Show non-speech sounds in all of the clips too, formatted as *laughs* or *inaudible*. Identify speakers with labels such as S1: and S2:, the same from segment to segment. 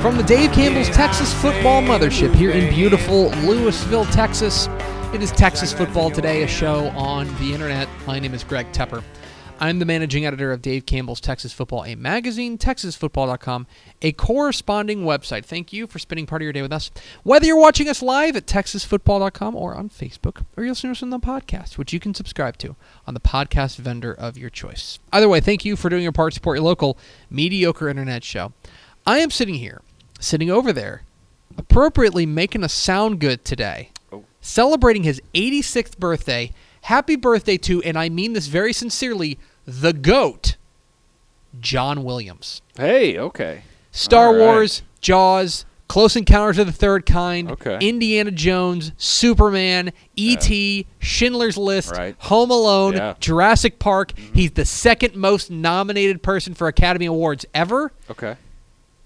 S1: From the Dave Campbell's Texas Football Mothership here in beautiful Louisville, Texas. It is Texas Football Today, a show on the internet. My name is Greg Tepper. I'm the managing editor of Dave Campbell's Texas Football, a magazine, texasfootball.com, a corresponding website. Thank you for spending part of your day with us. Whether you're watching us live at texasfootball.com or on Facebook, or you're listening to us on the podcast, which you can subscribe to on the podcast vendor of your choice. Either way, thank you for doing your part to support your local mediocre internet show. I am sitting here, sitting over there, appropriately making us sound good today,
S2: Oh.
S1: celebrating his 86th birthday. Happy birthday to, and I mean this very sincerely, the GOAT, John Williams.
S2: Hey, okay.
S1: Star
S2: All right.
S1: Wars, Jaws, Close Encounters of the Third Kind,
S2: Okay.
S1: Indiana Jones, Superman, E.T., Schindler's List,
S2: Right.
S1: Home Alone,
S2: Yeah. Mm-hmm.
S1: Jurassic Park. He's the second most nominated person for Academy Awards ever.
S2: Okay.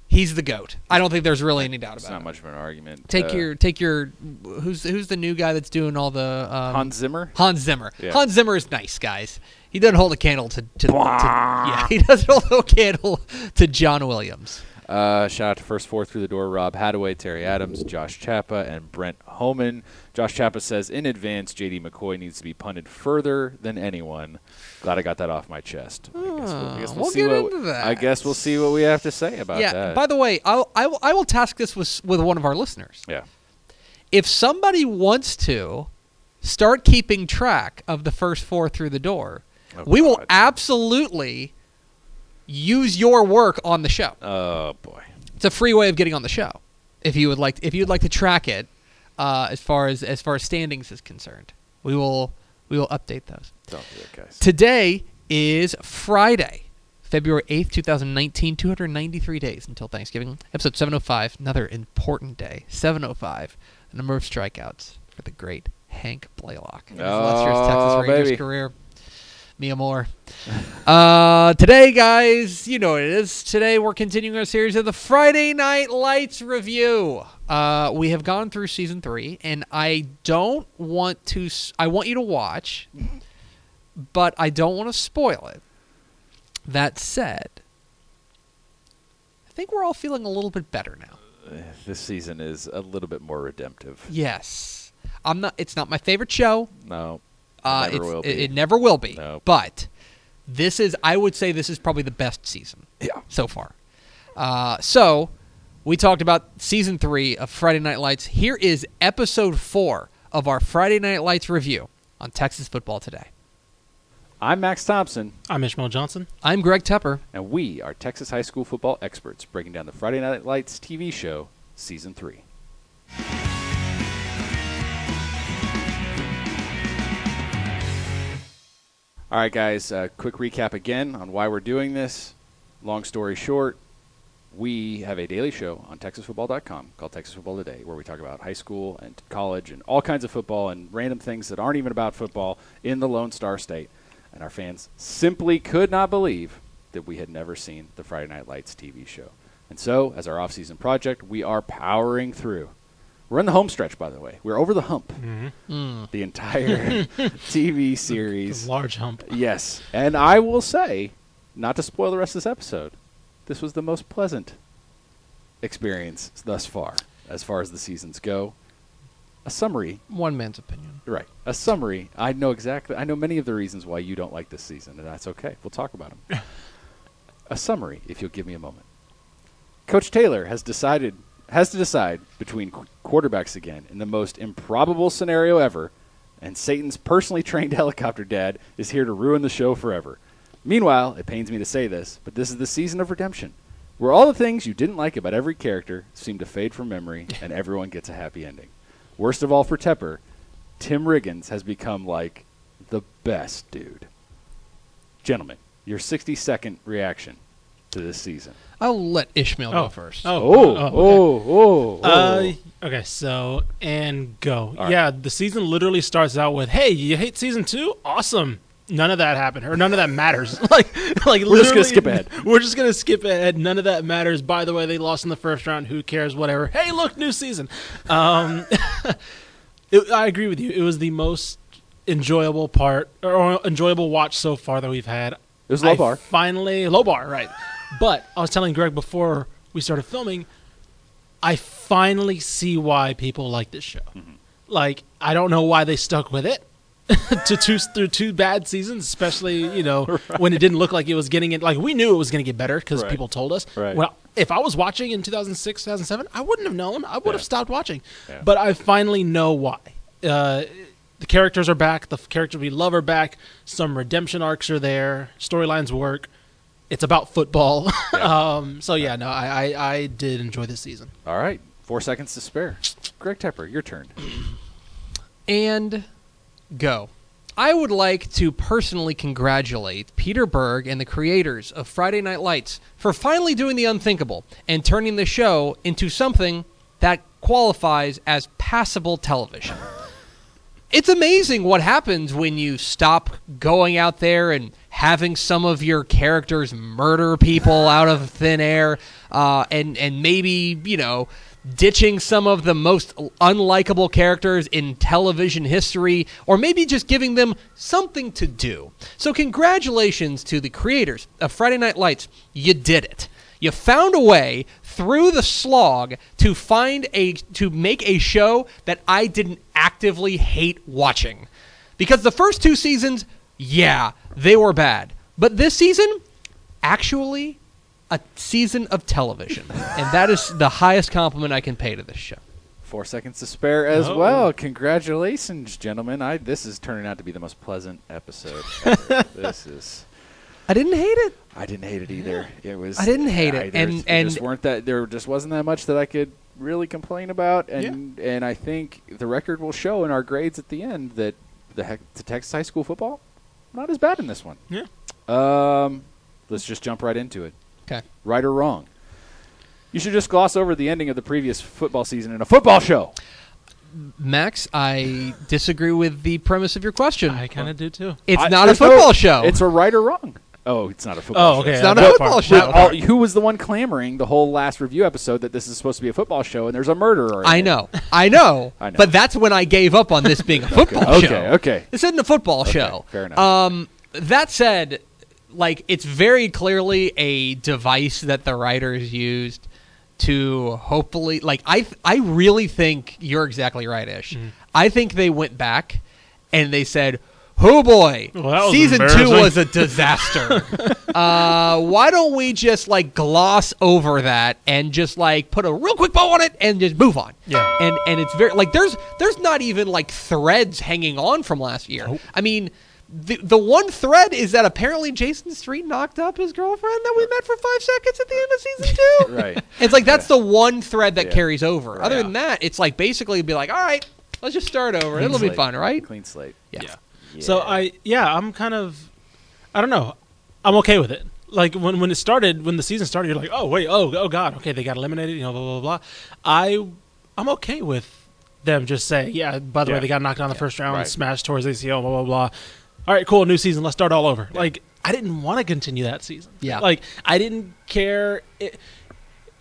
S1: He's the goat. I don't think there's really any doubt
S2: It's
S1: about
S2: not
S1: it.
S2: much of an argument.
S1: Take
S2: Uh,
S1: your take your who's who's the new guy that's doing all the um,
S2: Hans Zimmer.
S1: Hans Zimmer.
S2: Yeah.
S1: Hans Zimmer is nice, guys. He doesn't hold a candle to, to, to yeah. *laughs* He doesn't hold a candle to John Williams.
S2: Uh, shout out to first four through the door: Rob Hadaway, Terry Adams, Josh Chappa, and Brent Homan. Josh Chappa says, in advance, J.D. McCoy needs to be punted further than anyone. Glad I got that off my chest. I guess we'll, I guess we'll
S1: Oh, we'll
S2: see
S1: get
S2: what,
S1: into that.
S2: I guess we'll see what we have to say about
S1: yeah.
S2: that.
S1: By the way, I'll, I will I will task this with with one of our listeners.
S2: yeah.
S1: If somebody wants to start keeping track of the first four through the door,
S2: Oh,
S1: we will
S2: God.
S1: absolutely use your work on the show.
S2: Oh boy.
S1: it's a free way of getting on the show if you would like if you'd like to track it uh, as far as as far as standings is concerned we will we will update those
S2: Don't do it, guys.
S1: today is friday february 8th 2019 293 days until thanksgiving episode 705 another important day 705 the number of strikeouts for the great hank blaylock in his illustrious
S2: Oh,
S1: texas rangers
S2: baby.
S1: career Mia Moore. *laughs* Uh, today, guys, you know what it is. Today, we're continuing our series of the Friday Night Lights review. Uh, we have gone through season three, and I don't want to. s- I want you to watch, but I don't want to spoil it. That said, I think we're all feeling a little bit better now.
S2: *sighs* This season is a little bit more redemptive.
S1: Yes, I'm not. It's not my favorite show.
S2: No.
S1: Uh,
S2: never
S1: it's-
S2: will
S1: It,
S2: be.
S1: it never will be.
S2: No.
S1: But this is, I would say, this is probably the best season
S2: Yeah.
S1: so far. Uh, so we talked about season three of Friday Night Lights. Here is episode four of our Friday Night Lights review on Texas football today.
S2: I'm Max Thompson.
S3: I'm Ishmael Johnson.
S1: I'm Greg Tepper.
S2: and we are Texas high school football experts breaking down the Friday Night Lights TV show, season three. All right, guys, uh, quick recap again on why we're doing this. Long story short, we have a daily show on TexasFootball.com called Texas Football Today, where we talk about high school and college and all kinds of football and random things that aren't even about football in the Lone Star State. And our fans simply could not believe that we had never seen the Friday Night Lights TV show. And so, as our off-season project, we are powering through. We're in the home stretch, by the way. We're over the hump. The entire TV series.
S3: Large hump.
S2: Yes. And I will say, not to spoil the rest of this episode, this was the most pleasant experience thus far, as far as the seasons go. A summary,
S1: One man's opinion.
S2: right? A summary. I know exactly. I know many of the reasons why you don't like this season, and that's okay. We'll talk about them. a summary, if you'll give me a moment. Coach Taylor has decided has to decide between qu- quarterbacks again in the most improbable scenario ever, and Satan's personally *laughs* trained helicopter dad is here to ruin the show forever. Meanwhile, it pains me to say this, but this is the season of redemption, where all the things you didn't like about every character seem to fade from memory, and everyone gets a happy ending. Worst of all for Tepper, Tim Riggins has become like the best dude. Gentlemen, your 60 second reaction to this season.
S1: I'll let Ishmael go
S3: Oh.
S1: first.
S2: Oh,
S3: okay.
S2: oh, oh, oh.
S3: Uh, okay, so and go.
S2: All right.
S3: Yeah, the season literally starts out with, "Hey, you hate season two? Awesome." None of that happened, or none of that matters. *laughs* like, like
S2: We're just gonna
S3: literally-
S2: skip ahead.
S3: *laughs* We're just gonna skip ahead. None of that matters. By the way, they lost in the first round. Who cares? Whatever. Hey, look, new season. Um, it, I agree with you. It was the most enjoyable part or enjoyable watch so far that we've had.
S2: It was low
S3: I
S2: bar.
S3: Finally, low bar, right? but I was telling Greg before we started filming, I finally see why people like this show.
S2: Mm-hmm.
S3: Like, I don't know why they stuck with it *laughs* to two through two bad seasons, especially
S2: *laughs*
S3: you know when it didn't look like it was getting it. Like we knew it was going to get better because
S2: Right.
S3: people told us.
S2: Right.
S3: Well, if I was watching in 2006, 2007, I wouldn't have known. I would have
S2: Yeah.
S3: stopped watching.
S2: Yeah.
S3: But I finally know why. Uh, the characters are back. The f- characters we love are back. Some redemption arcs are there. Storylines work. It's about football. *laughs* um, so yeah, no, I, I I did enjoy this season.
S2: All right. Four seconds to spare. Greg Tepper, your turn.
S1: and go. I would like to personally congratulate Peter Berg and the creators of Friday Night Lights for finally doing the unthinkable and turning the show into something that qualifies as passable television. It's amazing what happens when you stop going out there and having some of your characters murder people out of thin air, uh, and and maybe you know ditching some of the most unlikable characters in television history, or maybe just giving them something to do. So congratulations to the creators of Friday Night Lights. You did it. You found a way through the slog to find a to make a show that I didn't actively hate watching. Because the first two seasons, yeah, they were bad. But this season, actually a season of television. and that is the highest compliment I can pay to this show.
S2: Four seconds to spare as
S3: Oh.
S2: well. Congratulations, gentlemen. I this is turning out to be the most pleasant episode. ever. this is.
S1: I didn't hate it.
S2: I didn't hate it either. It was.
S1: I didn't hate it,
S2: There
S1: and-
S2: just-
S1: and-
S2: just weren't that there just wasn't that much that I could really complain about, and and I think the record will show in our grades at the end that the heck the Texas high school football not as bad in this one.
S3: Yeah.
S2: Um, let's just jump right into it.
S1: Okay.
S2: Right or wrong. You should just gloss over the ending of the previous football season in a football show.
S1: Max, I disagree with the premise of your question.
S3: I kind of do too.
S1: it's
S2: I-
S1: not a
S2: there's no-
S1: football show.
S2: It's a right or wrong. Oh, it's not a football
S3: Oh,
S2: show.
S3: okay.
S1: It's not
S3: that
S1: a
S3: part.
S1: football
S3: That
S1: show.
S3: part.
S2: All, who was the one clamoring the whole last review episode that this is supposed to be a football show and there's a murderer? in
S1: I
S2: it?
S1: know. I know.
S2: I know.
S1: But that's when I gave up on this being a football
S2: *laughs* Okay,
S1: show.
S2: okay.
S1: This isn't a football show.
S2: fair enough.
S1: Um, that said, like it's very clearly a device that the writers used to hopefully like I th- I really think you're exactly right, Ish.
S3: Mm-hmm.
S1: I think they went back and they said, "Oh boy,
S3: Well, that was
S1: season two
S3: embarrassing."
S1: was a
S3: *laughs*
S1: disaster." uh, why don't we just like gloss over that and just like put a real quick bow on it and just move on?
S3: Yeah.
S1: and and it's very like there's there's not even like threads hanging on from last year.
S3: Nope.
S1: I mean, the the one thread is that apparently Jason Street knocked up his girlfriend that we met for five seconds at the end of season
S2: *laughs*
S1: two.
S2: Right.
S1: *laughs* It's like that's the one thread that
S2: Yeah.
S1: carries over. Other
S2: Yeah.
S1: than that, it's like basically be like, all right, let's just start over.
S2: Clean
S1: It'll be
S2: slate.
S1: fun, right?
S2: Clean slate.
S3: Yeah. So I yeah, I'm kind of I don't know. I'm okay with it. Like when when it started, when the season started, you're like, "Oh, wait, oh, oh god. Okay, they got eliminated, you know, blah blah blah." blah. I I'm okay with them just saying, "Yeah, by the
S2: Yeah.
S3: way, they got knocked on the first round,
S2: right.
S3: smashed towards ACL, blah blah blah." All right, cool, new season. Let's start all over. Like I didn't want to continue that season.
S1: Yeah.
S3: Like I didn't care it,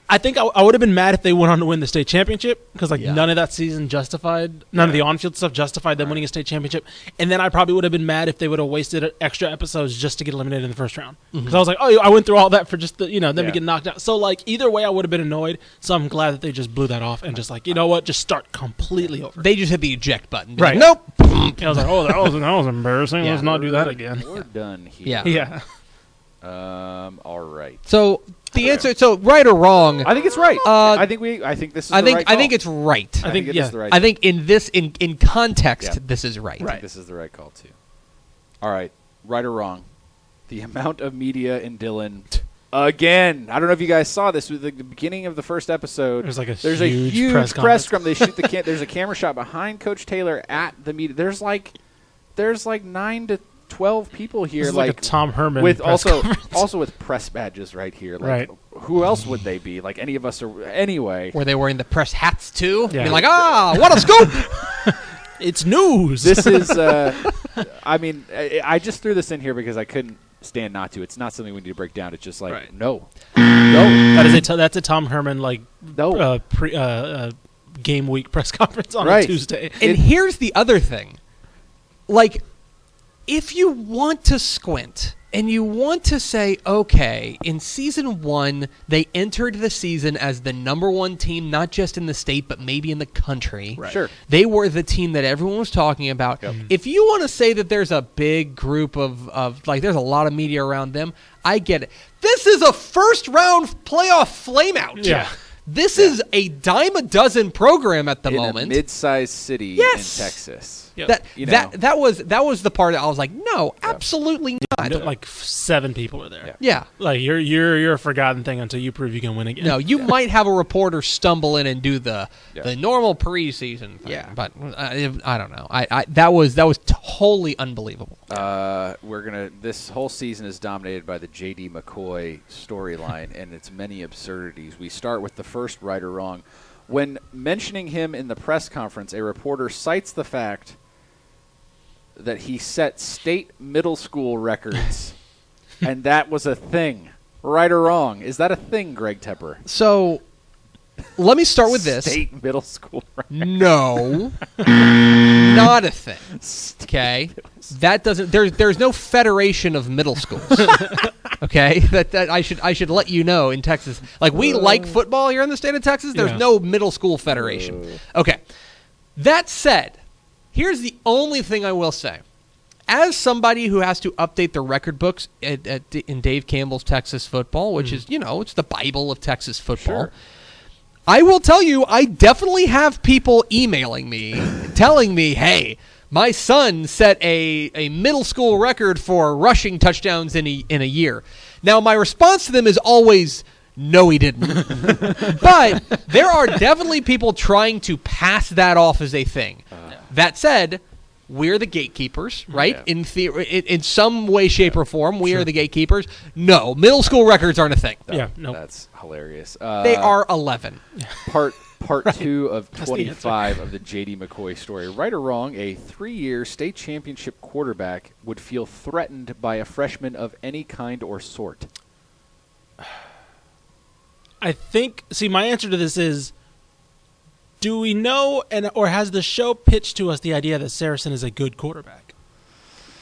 S3: I think I, I would have been mad if they went on to win the state championship because like
S1: Yeah.
S3: none of that season justified, none of the on-field stuff justified them winning a state championship. And then I probably would have been mad if they would have wasted extra episodes just to get eliminated in the first round because I was like, oh, I went through all that for just the you know them
S2: Yeah.
S3: to get knocked out. So like either way, I would have been annoyed. So I'm glad that they just blew that off and just like you know what, just start completely over.
S1: They just hit the eject button. Be like,
S3: Right.
S1: nope.
S3: And I was like, oh, that was that was embarrassing.
S1: Yeah.
S3: Let's not do that again.
S2: We're
S1: *laughs*
S2: done here.
S1: Yeah.
S3: *laughs* Yeah.
S2: Um. All right.
S1: So the answer. So right or wrong?
S2: I think it's right.
S1: Uh,
S2: I think we. I think this is.
S1: I
S2: the
S1: think
S2: right
S1: I think
S2: call.
S1: it's right.
S2: I
S3: I
S2: think,
S3: think-
S2: it is
S3: yeah.
S2: the right.
S1: I think in this in in context,
S2: Yeah.
S1: this is right.
S2: I think this is the right call too. All right, right or wrong, the *laughs* amount of media in Dylan again. I don't know if you guys saw this with the the beginning of the first episode.
S3: There's like a
S2: there's
S3: huge
S2: a huge
S3: press
S2: press
S3: conference.
S2: scrum. They
S3: *laughs*
S2: shoot the ca- there's a camera shot behind Coach Taylor at the media. There's like there's like nine to twelve people here.
S3: This is like, a Tom Herman
S2: with
S3: press
S2: also
S3: conference. *laughs*
S2: also with press badges right here. Like
S3: Right.
S2: who else would they be? Like any of us are anyway.
S1: Were they wearing the press hats too?
S3: Yeah.
S1: Be like, ah, what a scoop!
S2: *laughs*
S3: It's news.
S2: This is.
S1: *laughs*
S2: Uh, I mean, I, I just threw this in here because I couldn't stand not to. It's not something we need to break down. It's just like
S3: Right.
S2: no, no,
S3: that is a t- that's a Tom Herman like
S2: no.
S3: uh, pre, uh, uh, game week *laughs* press conference on
S2: Right.
S3: a Tuesday.
S1: and
S2: It-
S1: here's the other thing like if you want to squint and you want to say okay in season one they entered the season as the number one team not just in the state but maybe in the country
S3: Right.
S2: Sure. Mm-hmm.
S1: they were the team that everyone was talking about
S2: Yep.
S1: if you want to say that there's a big group of, of like there's a lot of media around them i get it this is a first round playoff flameout
S3: Yeah.
S1: this is a dime a dozen program at the
S2: in
S1: moment
S2: a mid-sized city
S1: Yes!
S2: in Texas.
S3: Yeah.
S1: that
S2: You
S1: that
S2: know.
S1: that was that was the part that I was like, no, absolutely
S3: I
S1: not.
S3: know, like f- seven people are there.
S2: Yeah.
S1: yeah.
S3: Like you're you're you're a forgotten thing until you prove you can win again.
S1: No, you might have a reporter stumble in and do the
S2: Yeah.
S1: the normal preseason thing.
S2: Yeah.
S1: But uh, I, I don't know. I, I that was that was totally unbelievable.
S2: Uh, we're gonna. This whole season is dominated by the J.D. McCoy storyline and its many absurdities. We start with the first right or wrong. When mentioning him in the press conference, a reporter cites the fact that he set state middle school
S1: *laughs*
S2: records, and that was a thing. Right or wrong? Is that a thing, Greg Tepper?
S1: So let me start with this.
S2: State middle school *laughs* records.
S1: No, not a thing. Okay, that doesn't. There's there's no federation of middle schools. okay, that that I should I should let you know in Texas. Like we like football here in the state of Texas. There's
S3: Yeah.
S1: no middle school federation. Okay, that said, here's the only thing I will say. As somebody who has to update their record books at, at, in Dave Campbell's Texas football, which is you know it's the Bible of Texas football.
S2: Sure.
S1: I will tell you, I definitely have people emailing me telling me, hey, my son set a, a middle school record for rushing touchdowns in a, in a year. Now, my response to them is always, no, he didn't. but there are definitely people trying to pass that off as a thing.
S2: Uh.
S1: That said, we're the gatekeepers, right?
S2: Mm-hmm. Yeah.
S1: In, the- in in some way, shape, or form, we are the gatekeepers. No, middle school records aren't a thing.
S3: Yeah, no.
S2: That's hilarious. Uh,
S1: They are 11.
S2: part part two of
S3: the answer.
S2: 25 of the JD McCoy story. Right or wrong, a three-year state championship quarterback would feel threatened by a freshman of any kind or sort.
S3: I think. See, my answer to this is: Do we know, and or has the show pitched to us the idea that Saracen is a good quarterback?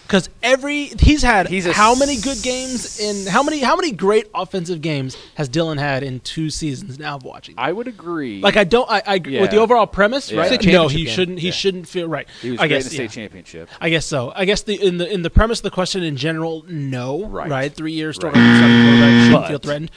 S3: Because every he's had
S2: He's a
S3: how many good games in how many how many great offensive games has Dylan had in two seasons now of watching?
S2: I would agree.
S3: like I don't I, I with the
S2: Yeah.
S3: overall premise
S2: Yeah.
S3: right?
S2: It's
S1: a
S3: No,
S1: championship
S3: he
S1: game.
S3: shouldn't. He
S2: Yeah.
S3: shouldn't feel right.
S2: he was
S3: I
S2: great
S3: guess
S2: in the
S3: yeah.
S2: state championship.
S3: I guess so. I guess the in the in the premise of the question in general, no,
S2: Right.
S3: right? Three years
S2: Right.
S3: starting starting quarterback shouldn't
S2: But-
S3: feel threatened.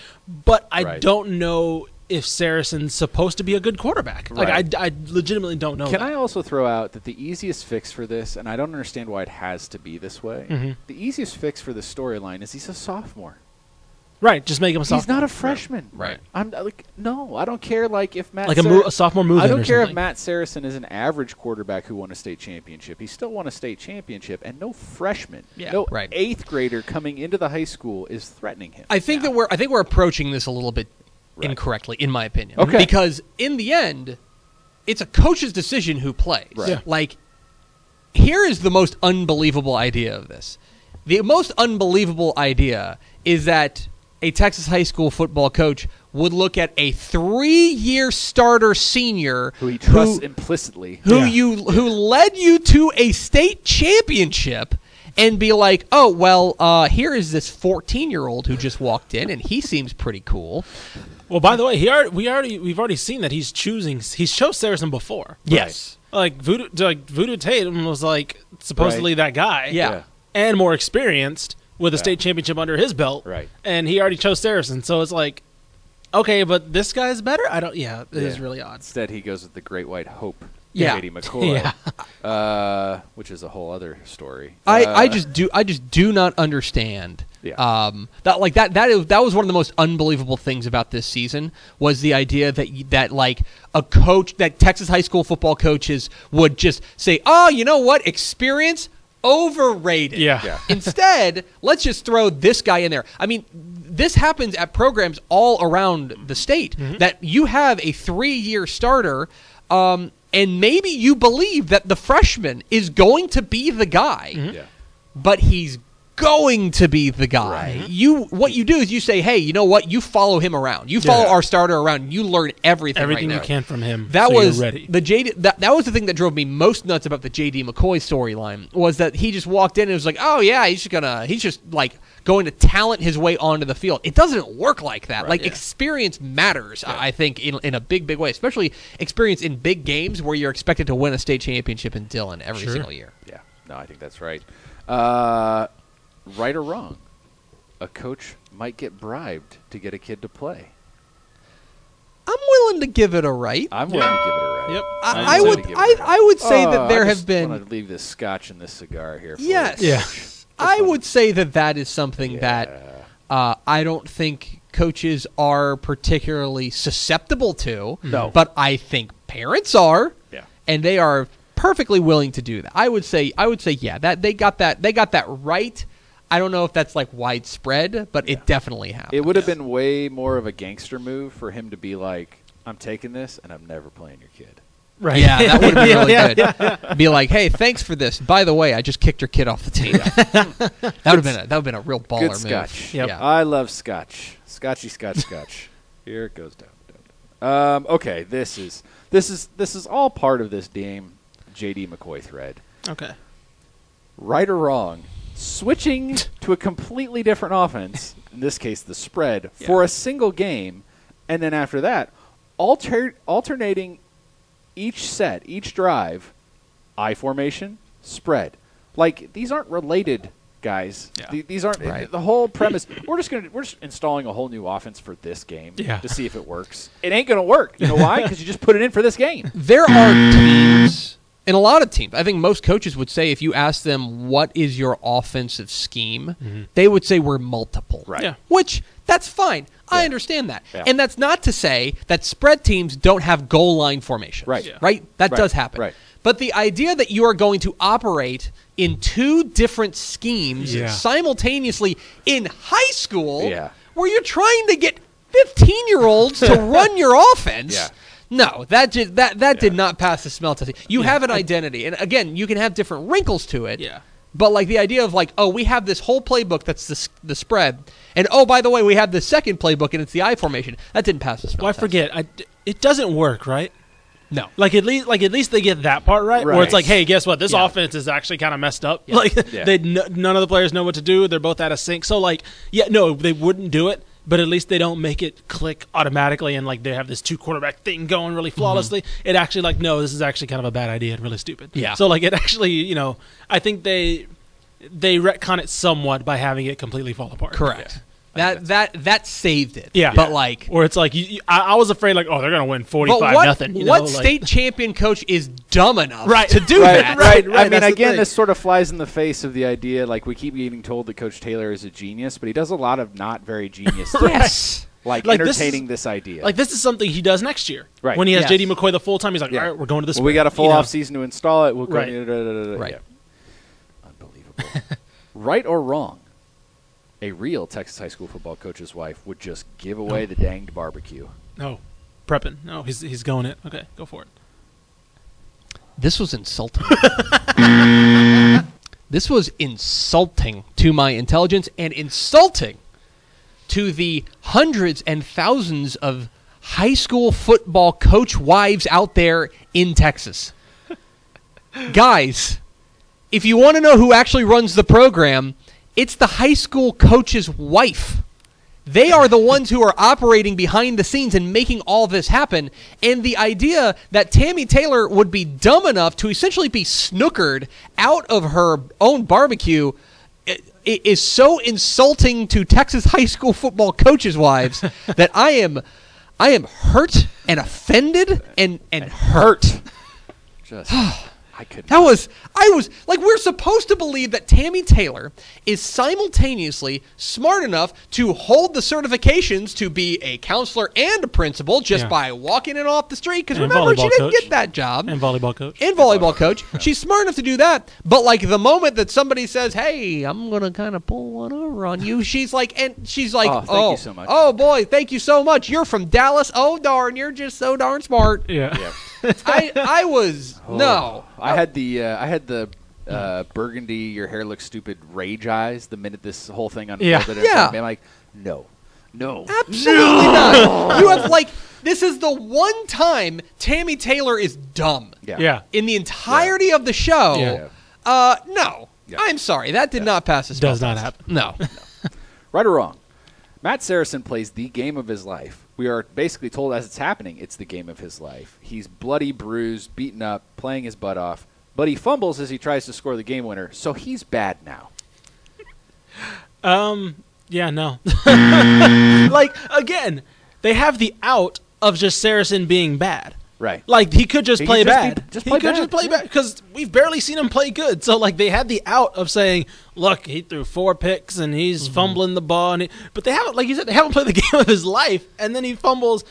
S3: But I
S2: Right.
S3: don't know if Saracen's supposed to be a good quarterback.
S2: Right.
S3: Like I, I legitimately don't know.
S2: Can
S3: that.
S2: I also throw out that the easiest fix for this, and I don't understand why it has to be this way,
S3: Mm-hmm.
S2: the easiest fix for the storyline is he's a sophomore.
S3: Right, just make him a sophomore.
S2: He's not a freshman.
S1: Right.
S2: I'm like, no, I don't care. Like if Matt
S3: Like a,
S2: Sar-
S3: mo- a sophomore move.
S2: I
S3: in
S2: don't
S3: or
S2: care if
S3: something.
S2: Matt Saracen is an average quarterback who won a state championship. He still won a state championship, and no freshman,
S3: Yeah.
S2: no
S1: Right.
S2: eighth grader coming into the high school is threatening him.
S1: I think that we're I think we're approaching this a little bit
S2: Right.
S1: incorrectly, in my opinion.
S2: Okay.
S1: Because in the end, it's a coach's decision who plays.
S2: Right. Yeah.
S1: Like, here is the most unbelievable idea of this. The most unbelievable idea is that a Texas high school football coach would look at a three-year starter senior
S2: who he trusts implicitly.
S1: who
S3: Yeah.
S1: you who led you to a state championship and be like, oh well, uh, here is this fourteen year old who just walked in and he seems pretty cool.
S3: Well, by the way, he already, we already we've already seen that he's choosing. He's chose Saracen before.
S1: Yes.
S3: Like Voodoo, like Voodoo Tatum was like supposedly that guy.
S1: Yeah.
S2: Yeah.
S3: and more experienced with a state championship under his belt.
S2: Right.
S3: And he already chose Saracen, so it's like, okay, but this guy's better. I don't. Yeah, it is
S2: Yeah.
S3: really odd.
S2: Instead, he goes with the Great White Hope,
S1: Yeah. *laughs*
S2: Katie McCoy, uh, which is a whole other story.
S1: I,
S2: Uh,
S1: I just do I just do not understand.
S2: Yeah.
S1: Um, that like that that is, that was one of the most unbelievable things about this season was the idea that y- that like a coach that Texas high school football coaches would just say, "Oh, you know what? Experience overrated."
S3: Yeah. Yeah.
S1: *laughs* Instead, let's just throw this guy in there. I mean, this happens at programs all around the state that you have a three-year starter, um, and maybe you believe that the freshman is going to be the guy
S2: Yeah.
S1: but he's going to be the guy. Mm-hmm. You what you do is you say, "Hey, you know what? You follow him around. You follow
S3: Yeah.
S1: our starter around. You learn everything.
S3: everything
S1: right
S3: you
S1: now."
S3: can from him.
S1: That
S3: so
S1: was
S3: you're ready.
S1: the JD. That, that was the thing that drove me most nuts about the JD McCoy storyline was that he just walked in and was like, "Oh yeah, he's just gonna he's just like going to talent his way onto the field." It doesn't work like that. like
S2: yeah.
S1: experience matters, I I think, in, in a big big way, especially experience in big games where you're expected to win a state championship in Dillon every
S3: Sure.
S1: single year.
S2: Yeah. No, I think that's right. Uh, right or wrong, a coach might get bribed to get a kid to play.
S1: I'm willing to give it a right.
S2: I'm willing to give it a right.
S3: Yep.
S1: I, I
S2: I'm
S1: would
S2: gonna give
S1: I,
S2: it a-
S1: I would say
S2: Oh,
S1: that there
S2: I
S1: have
S2: just
S1: been
S2: wanna leave this scotch and this cigar here. for
S1: yes
S2: you.
S1: *laughs*
S3: Yeah.
S1: I would say that that is something that uh, I don't think coaches are particularly susceptible to.
S2: No.
S1: but I think parents are.
S2: Yeah.
S1: and they are perfectly willing to do that. I would say I would say yeah that they got that they got that right. I don't know if that's like widespread, but it definitely happened.
S2: It would have been way more of a gangster move for him to be like, "I'm taking this, and I'm never playing your kid."
S3: right.
S1: Yeah, that would have been really
S3: *laughs*
S1: good. Be like, hey, thanks for this. By the way, I just kicked your kid off the team. *laughs* that would have been a, that would have been a real baller
S2: Good
S1: move.
S2: scotch.
S3: Yep.
S1: Yeah.
S2: I love scotch. Scotchy scotch
S1: *laughs*
S2: scotch. Here it goes down. down, down. Um, okay, this is this is this is all part of this damn JD McCoy thread.
S3: Okay.
S2: Right or wrong, switching to a completely different offense, in this case the spread, for a single game, and then after that, alter- alternating each set, each drive, I formation, spread. Like these aren't related, guys.
S3: Yeah.
S2: The- these aren't
S1: Right.
S2: the whole premise. We're just gonna we're just installing a whole new offense for this game
S3: Yeah.
S2: to see if it works. It ain't gonna work. You know
S3: *laughs*
S2: why? Because you just put it in for this game.
S1: There are teams, and a lot of teams. I think most coaches would say if you ask them what is your offensive scheme, they would say we're multiple.
S2: Mm-hmm. Right.
S3: Yeah.
S1: Which that's fine. I understand that.
S2: Yeah.
S1: And that's not to say that spread teams don't have goal line formations.
S2: Right. Yeah.
S1: Right? That
S2: Right.
S1: does happen.
S2: Right.
S1: But the idea that you are going to operate in two different schemes
S3: Yeah.
S1: simultaneously in high school
S2: Yeah.
S1: where you're trying to get 15 year olds
S3: *laughs*
S1: to run your offense.
S2: Yeah.
S1: No, that did, that that did
S2: Yeah.
S1: not pass the smell test. You have an identity, and again, you can have different wrinkles to it.
S3: Yeah.
S1: But like the idea of like, oh, we have this whole playbook that's the s- the spread, and oh, by the way, we have the second playbook, and it's the I formation. That didn't pass the smell
S3: Well, I
S1: test.
S3: forget. I, it doesn't work, right?
S1: No.
S3: Like at least, like at least they get that part right. Where
S2: Right.
S3: it's like, hey, guess what? This
S1: Yeah.
S3: offense is actually kind of messed up. *laughs* Like
S2: Yeah.
S3: they n- none of the players know what to do. They're both out of sync. So like, yeah, no, they wouldn't do it. But at least they don't make it click automatically, and like they have this two quarterback thing going
S1: Mm-hmm.
S3: really flawlessly. It actually like no, this is actually kind of a bad idea and really stupid.
S1: Yeah.
S3: So like it actually, you know, I think they they retcon it somewhat by having it completely fall apart.
S1: Correct. That that that saved it.
S3: Yeah.
S1: But like,
S3: Or it's like you, you, I, I was afraid like oh they're gonna win forty
S1: but
S3: five
S1: what
S3: nothing. you
S1: what
S3: know, like-
S1: state champion coach is dumb enough
S3: Right.
S1: to
S3: *laughs*
S1: do
S2: right,
S1: that?
S2: Right,
S3: Right, right,
S2: *laughs* I mean,
S3: that's the
S2: again,
S3: thing.
S2: this sort of flies in the face of the idea. Like we keep getting told that Coach Taylor is a genius, but he does a lot of not very genius
S3: *laughs*
S2: things.
S1: Yes.
S2: Like,
S3: Like, this
S2: entertaining
S3: is-
S2: this, idea.
S3: Like this is something he does next year.
S2: Right.
S3: When he has
S1: Yes.
S3: JD McCoy the full time, he's like,
S2: Yeah.
S3: all right, we're going to this.
S2: Well, we got a full
S3: you know.
S2: off season to install it. We'll go.
S3: Right.
S2: da- da- da- da- da-
S1: Right.
S2: yeah.
S3: *laughs*
S2: Unbelievable. right or wrong, a real Texas high school football coach's wife would just give away the danged barbecue.
S3: No, prepping. No, he's he's going it. Okay, go for it.
S1: This was insulting. this was insulting to my intelligence and insulting to the hundreds and thousands of high school football coach wives out there in Texas. Guys, if you want to know who actually runs the program, it's the high school coach's wife. They are the ones who are operating behind the scenes and making all this happen. And the idea that Tammy Taylor would be dumb enough to essentially be snookered out of her own barbecue i- i- is so insulting to Texas high school football coaches' wives that I am, I am hurt and offended and and hurt.
S3: *sighs*
S2: Just I couldn't.
S1: That was I was like we're supposed to believe that Tammy Taylor is simultaneously smart enough to hold the certifications to be a counselor and a principal just
S3: Yeah.
S1: by walking in off the street because
S3: And
S1: remember she
S3: volleyball
S1: didn't
S3: coach.
S1: get that job
S3: and volleyball coach.
S1: and volleyball coach. She's smart enough to do that, but like the moment that somebody says, "Hey, I'm gonna kind of pull one over on you," she's like, and she's like,
S2: Oh,
S1: "Oh,
S2: thank you so much."
S1: oh boy, thank you so much. You're from Dallas. Oh darn, you're just so darn smart."
S3: yeah.
S2: Yeah.
S3: *laughs*
S1: I I was no.
S3: Oh.
S2: I had the uh, I had the
S3: Hmm.
S2: uh, burgundy. Your hair looks stupid. Rage eyes. The minute this whole thing
S3: Yeah.
S2: unfolded, in front of
S1: Yeah.
S2: me, I'm like, no, no.
S1: Absolutely not. You
S2: *laughs*
S1: have like this is the one time Tammy Taylor is dumb
S2: Yeah.
S3: Yeah.
S1: in the entirety of the show.
S3: Yeah.
S1: Uh, no,
S2: Yeah.
S1: I'm sorry, that did not pass. the
S3: Does
S1: smell
S3: not
S1: test.
S3: happen. *laughs*
S1: No.
S2: Right or wrong, Matt Saracen plays the game of his life. We are basically told as it's happening, it's the game of his life. He's bloody, bruised, beaten up, playing his butt off, but he fumbles as he tries to score the game winner. So he's bad now.
S3: Um.
S2: *laughs*
S3: Yeah. No. *laughs* like again, they have the out of just Saracen being bad.
S2: Right.
S3: Like he could just
S2: He could
S3: play
S2: just
S3: bad.
S2: be- just
S3: he
S2: play
S3: could
S2: bad,
S3: just play bad because we've barely seen him play good. So like they had the out of saying, "Look, he threw four picks and he's
S2: Mm-hmm.
S3: fumbling the ball." And he, but they haven't, like you said, they haven't played the *laughs* game of his life. And then he fumbles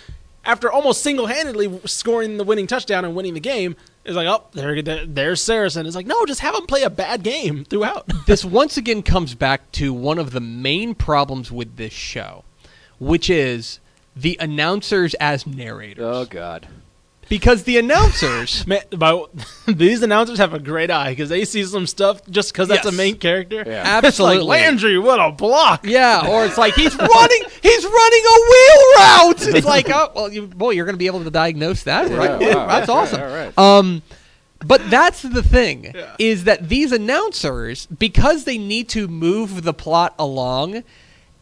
S3: after almost single-handedly scoring the winning touchdown and winning the game. It's like, oh, there, there- there's Saracen. It's like, no, just have him play a bad game throughout. *laughs*
S1: this once again comes back to one of the main problems with this show, which is the announcers as narrators.
S2: Oh God.
S1: Because
S2: *laughs*
S1: the announcers,
S3: Man, by, *laughs* these announcers have a great eye because they see some stuff just because that's
S1: Yes.
S3: a main character.
S2: Yeah.
S3: It's like,
S1: absolutely.
S3: Landry, what a block!
S1: yeah, or it's
S2: *laughs*
S1: like he's running, he's running a wheel route. It's like, oh, well, you, boy, you're going to be able to diagnose that, right?
S2: Yeah, wow.
S1: That's
S2: All right,
S1: awesome.
S2: all right.
S1: Um, but that's the thing
S3: Yeah.
S1: is that these announcers, because they need to move the plot along,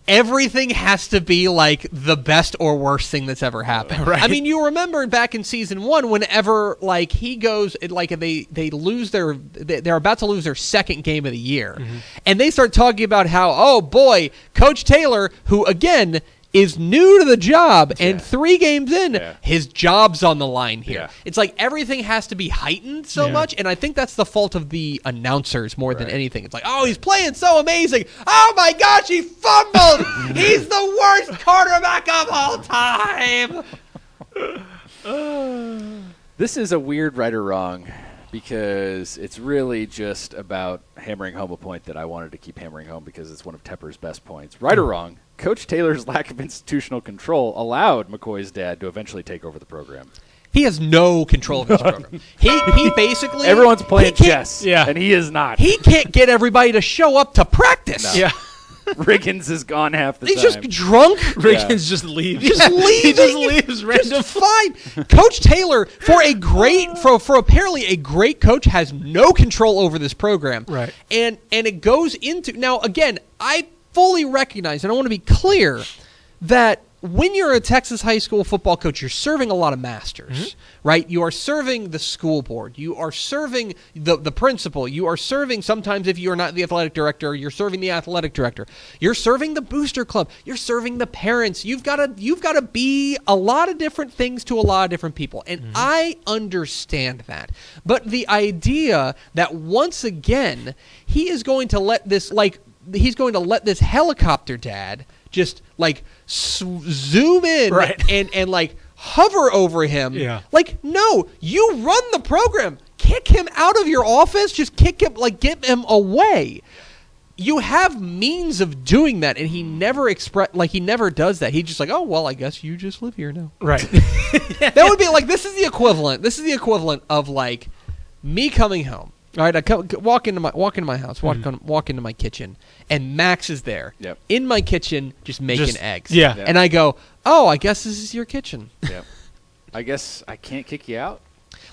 S1: everything has to be like the best or worst thing that's ever happened.
S3: Right.
S1: I mean, you remember back in season one, whenever like he goes, it- like they they lose their they- they're about to lose their second game of the year, and they start talking about how oh boy, Coach Taylor, who again. Is new to the job
S2: Yeah.
S1: and three games in,
S2: Yeah.
S1: his job's on the line here.
S2: Yeah.
S1: It's like everything has to be heightened so
S3: Yeah.
S1: much, and I think that's the fault of the announcers more than
S2: Right.
S1: anything. It's like, oh, he's playing so amazing. Oh my gosh,
S2: *laughs*
S1: he fumbled. he's the worst quarterback of all time.
S2: This is a weird right or wrong because it's really just about hammering home a point that I wanted to keep hammering home because it's one of Tepper's best points. Right or
S1: Hmm.
S2: wrong, Coach Taylor's *laughs* lack of institutional control allowed McCoy's dad to eventually take over the program.
S1: He has no control of his program. He
S2: *laughs*
S1: he basically
S2: Everyone's
S1: he
S2: playing
S1: can't-
S2: chess,
S3: Yeah.
S2: and he is not.
S1: He can't get everybody to show up to practice.
S2: No.
S3: Yeah.
S2: *laughs* Riggins is gone half the
S1: He's
S2: time.
S1: just drunk.
S3: Riggins just leaves.
S1: He just leaves.
S3: *laughs* he just leaves random.
S1: Just *laughs* fine. Coach Taylor, for a great,
S3: *laughs*
S1: for for apparently a great coach, has no control over this program.
S3: Right.
S1: And and it goes into now again. I fully recognize, and I want to be clear that when you're a Texas high school football coach, you're serving a lot of masters,
S3: Mm-hmm.
S1: right? You are serving the school board. You are serving the the principal. You are serving sometimes if you are not the athletic director, you're serving the athletic director. You're serving the booster club. You're serving the parents. You've got to you've got to be a lot of different things to a lot of different people. And I understand that. But the idea that once again he is going to let this like he's going to let this helicopter dad just like s zoom in
S3: Right.
S1: and and like hover over him.
S3: Yeah.
S1: Like no, you run the program. Kick him out of your office. Just kick him like get him away. You have means of doing that and he never express like he never does that. He just like, "Oh, well, I guess you just live here
S3: *laughs*
S1: now."
S3: Right.
S1: that would be like this is the equivalent. This is the equivalent of like me coming home. All right, I come, walk into my walk into my house, walk
S3: Mm-hmm.
S1: on, walk into my kitchen, and Max is there
S2: Yep.
S1: in my kitchen just making
S3: Just-
S1: eggs.
S3: yeah.
S2: Yeah.
S1: and I go, oh, I guess this is your kitchen.
S2: Yep. I guess I can't kick you out.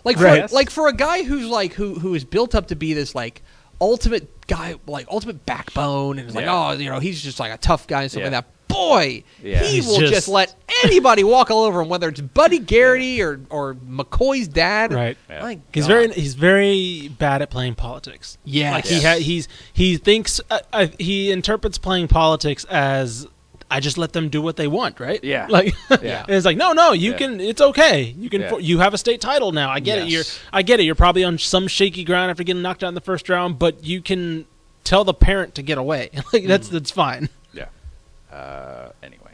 S1: Like for
S3: Right.
S1: like for a guy who's like who who is built up to be this like ultimate guy like ultimate backbone and is like
S2: Yeah.
S1: oh you know he's just like a tough guy and stuff
S2: Yeah.
S1: like that. Boy,
S2: Yeah.
S1: he
S3: He's
S1: will just,
S3: just-
S1: let anybody walk all over him, whether it's Buddy Garrity or or McCoy's dad.
S3: Right.
S2: Yeah.
S1: My
S3: He's
S1: God.
S3: very he's very bad at playing politics.
S1: Yes.
S3: Like he ha- he's he thinks uh, uh, he interprets playing politics as I just let them do what they want, right?
S2: Yeah.
S3: *laughs* Like,
S2: Yeah.
S3: and it's like, no, no, you
S2: Yeah.
S3: can. It's okay. You can.
S2: Yeah.
S3: for- you have a state title now. I get it. You're.
S2: Yes.
S3: I get it. You're probably on some shaky ground after getting knocked out in the first round, but you can tell the parent to get away. *laughs* like
S2: Mm.
S3: that's that's fine.
S2: Yeah. Uh, anyway,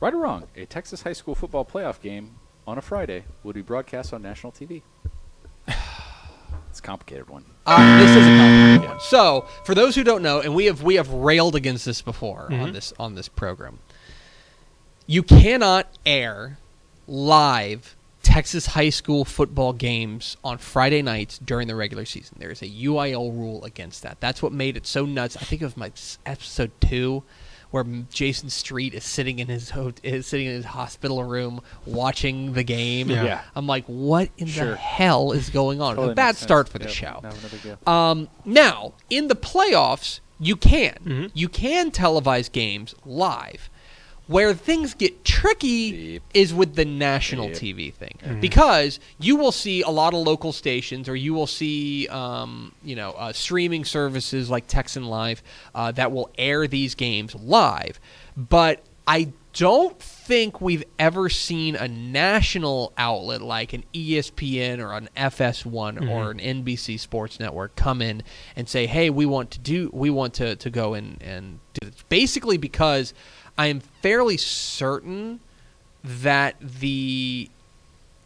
S2: right or wrong, a Texas high school football playoff game on a Friday will be broadcast on national TV. *sighs* it's a complicated one.
S1: Uh, this is a complicated
S2: Yeah.
S1: one. So, for those who don't know, and we have we have railed against this before
S2: Mm-hmm.
S1: on this on this program. You cannot air live Texas high school football games on Friday nights during the regular season. There is a UIL rule against that. That's what made it so nuts. I think it was my s- episode two, where m- Jason Street is sitting in his ho- is sitting in his hospital room watching the game.
S3: Yeah.
S2: Yeah.
S1: I'm like, what in
S2: Sure.
S1: the hell is going on?
S2: Totally
S1: a bad
S2: makes sense.
S1: start for the
S2: Yep.
S1: show.
S2: No, no big deal.
S1: Um, now, in the playoffs, you can.
S2: Mm-hmm.
S1: You can televise games live. Where things get tricky
S2: Yep.
S1: is with the national
S2: Yep.
S1: TV thing. Because you will see a lot of local stations or you will see, um, you know, uh, streaming services like Texan Live uh, that will air these games live. But I don't think we've ever seen a national outlet like an E ESPN or an FS1 or an NBC Sports Network come in and say, "Hey, we want to do we want to to go and and do this." Basically because I am fairly certain that the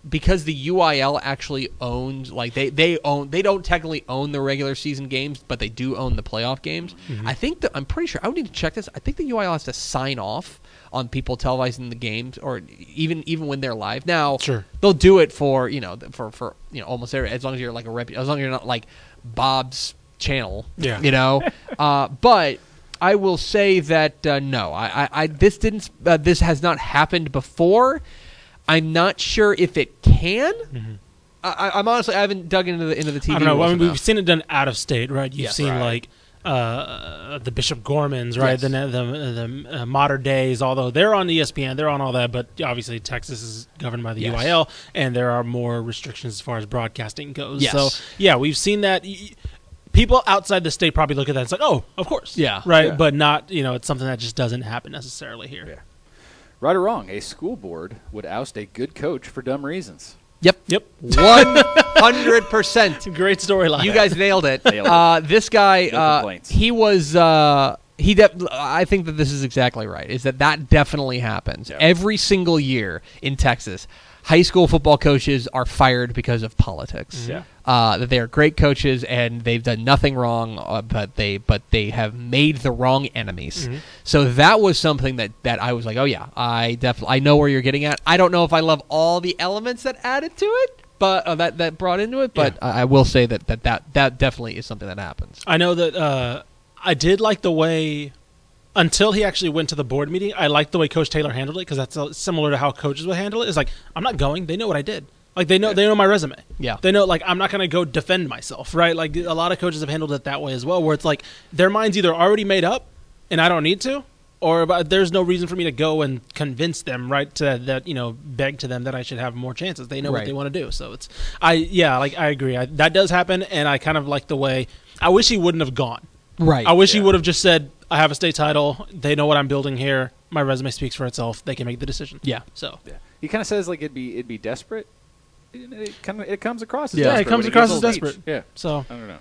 S1: because the UIL actually owns like they they own they don't technically own the regular season games, but they do own the playoff games. I think that I'm pretty sure I would need to check this. I think the UIL has to sign off on people televising the games or even even when they're live. Now
S3: Sure.
S1: they'll do it for, you know, for for you know almost every as long as you're like a rep as long as you're not like Bob's channel.
S3: Yeah.
S1: You
S3: *laughs*
S1: know? uh, but I will say that uh, no, I, I, I this didn't uh, this has not happened before. I'm not sure if it can. I, I- I'm honestly I haven't dug into the into the TV.
S3: Mm-hmm. I don't know. I
S1: rules
S3: mean, we've
S1: enough.
S3: seen it done out of state, right? You've
S1: Yeah.
S3: seen like uh, the Bishop Gormans, right?
S1: Yes.
S3: The The the, the uh, modern days, although they're on E ESPN, they're on all that, but obviously Texas is governed by the
S1: Yes.
S3: UIL, and there are more restrictions as far as broadcasting goes.
S1: Yes.
S3: So yeah, we've seen that. Y- y- People outside the state probably look at that and it's like, oh, of course.
S1: Yeah.
S3: Right.
S2: Yeah.
S3: But not, you know, it's something that just doesn't happen necessarily here.
S2: Yeah. Right or wrong, a school board would oust a good coach for dumb reasons.
S3: *laughs*
S1: Yep.
S3: Yep.
S1: One hundred percent.
S3: Great storyline.
S1: You guys nailed
S2: *laughs*
S1: it.
S2: Nailed it.
S1: Uh, this guy,
S2: No
S1: uh,
S2: complaints.
S1: he was. Uh, he def- I think that this is exactly right. Is that that definitely happens
S2: Yeah.
S1: every single year in Texas? High school football coaches are fired because of politics.
S2: Yeah.
S1: Uh, that they are great coaches and they've done nothing wrong, uh, but they but they have made the wrong enemies.
S3: Mm-hmm.
S1: So that was something that, that I was like, oh yeah, I definitely I know where you're getting at. I don't know if I love all the elements that added to it, but uh, that that brought into it. But I, I will say that, that that that definitely is something that happens.
S3: I know that uh, I did like the way until he actually went to the board meeting. I liked the way Coach Taylor handled it because that's uh, similar to how coaches would handle it. It's like I'm not going. They know what I did. Like they know they know my resume.
S1: Yeah.
S3: they know like I'm not gonna go defend myself. Right. Like a lot of coaches have handled it that way as well, where it's like their mind's either already made up and I don't need to. Or about, there's no reason for me to go and convince them, right? To, that you know, beg to them that I should have more chances. They know what
S1: Right.
S3: they want to do. So it's, I yeah, like I agree. I, that does happen, and I kind of like the way. I wish he wouldn't have gone.
S1: Right.
S3: I wish he
S2: Yeah.
S3: would have just said, "I have a state title. They know what I'm building here. My resume speaks for itself. They can make the decision."
S1: Yeah.
S3: So
S2: Yeah. He kind of says like it'd be it'd be desperate. It, it kind of it comes across as
S3: Yeah, it
S2: desperate
S3: comes
S2: when
S3: across
S2: gives
S3: as
S2: old speech.
S3: desperate.
S2: Yeah.
S3: so
S2: I don't know.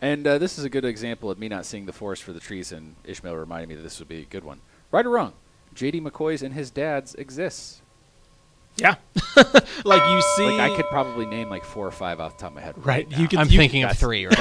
S2: And uh, this is a good example of me not seeing the forest for the trees, and Ishmael reminded me that this would be a good one. Right or wrong, J.D. McCoy's and his dad's exists.
S3: yeah, *laughs* like you see,
S2: Like I could probably name like four or five off the top of my head.
S3: right.
S2: now.
S3: You can.
S1: I'm
S3: you-
S1: thinking of
S2: that's-
S1: three. Right?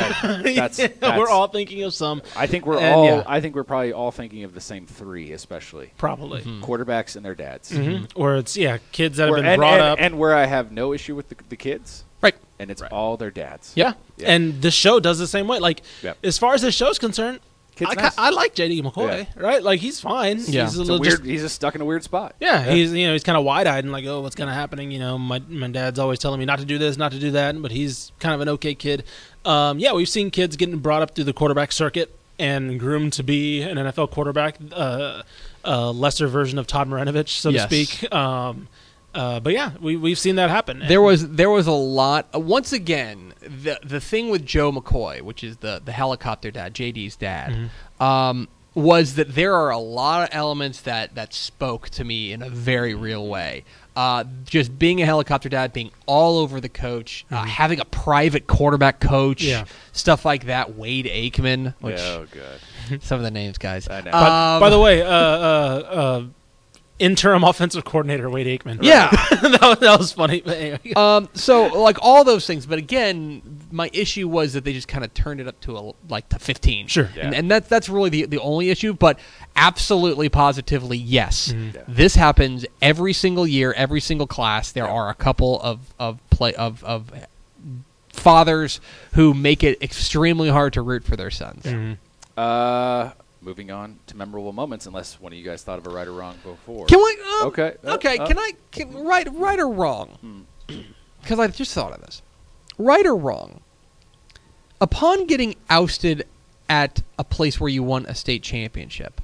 S2: That's,
S3: *laughs* Yeah,
S2: that's-
S3: we're all thinking of some
S2: I think we're
S3: and
S2: all.
S3: yeah.
S2: I think we're probably all thinking of the same three, especially
S3: probably,
S1: Mm-hmm.
S2: quarterbacks and their dads.
S3: Mhm. or it's yeah, kids that have
S2: Where-
S3: been
S2: and,
S3: brought
S2: and-
S3: up.
S2: and where I have no issue with the, the kids,
S1: *laughs* right.
S2: and it's all their dads.
S3: yeah.
S2: Yeah.
S3: and the show does the same way. Like
S2: Yep.
S3: as far as the show's concerned,
S2: Kid's
S3: I, ca-
S2: nice.
S3: I like JD McCoy, right? Like he's fine.
S1: Yeah.
S3: he's a
S2: It's a
S3: little
S2: weird.
S3: just-
S2: he's just stuck in a weird spot.
S3: Yeah, he's you know he's kind of wide eyed and like, oh, what's kind of happening? You know, my my dad's always telling me not to do this, not to do that, but he's kind of an okay kid. Um, yeah, we've seen kids getting brought up through the quarterback circuit and groomed to be an NFL quarterback, uh, a lesser version of Todd Marinovich, so
S1: Yes.
S3: to speak. Um, uh, but yeah, we we've seen that happen.
S1: There was there was a lot. uh, Once again, the the thing with Joe McCoy, which is the the helicopter dad, JD's dad, um, was that there are a lot of elements that that spoke to me in a very real way. Uh, just being a helicopter dad, being all over the coach, uh, having a private quarterback coach,
S3: Yeah.
S1: stuff like that. Wade Aikman, which
S2: oh, good.
S1: *laughs* some of the names, guys.
S2: I know.
S3: By, by the
S1: Um,
S3: way, uh, uh, uh, interim offensive coordinator Wade Aikman.
S1: yeah.
S3: *laughs* that, was, that was funny. But anyway.
S1: *laughs* um, so like all those things, but again, my issue was that they just kind of turned it up to a, like to fifteen.
S3: Sure.
S1: and,
S2: Yeah.
S1: and that's that's really the the only issue. But absolutely, positively, yes,
S2: Yeah.
S1: this happens every single year, every single class. There are a couple of of play of of fathers who make it extremely hard to root for their sons.
S3: Mm-hmm.
S2: Uh, moving on to memorable moments, unless one of you guys thought of a right or wrong before.
S1: Can we? um,
S2: Okay. Uh,
S1: okay.
S2: uh. Hmm.
S1: can I? Can, right. Right or wrong? Because I just thought of this. Right or wrong? Upon getting ousted at a place where you won a state championship,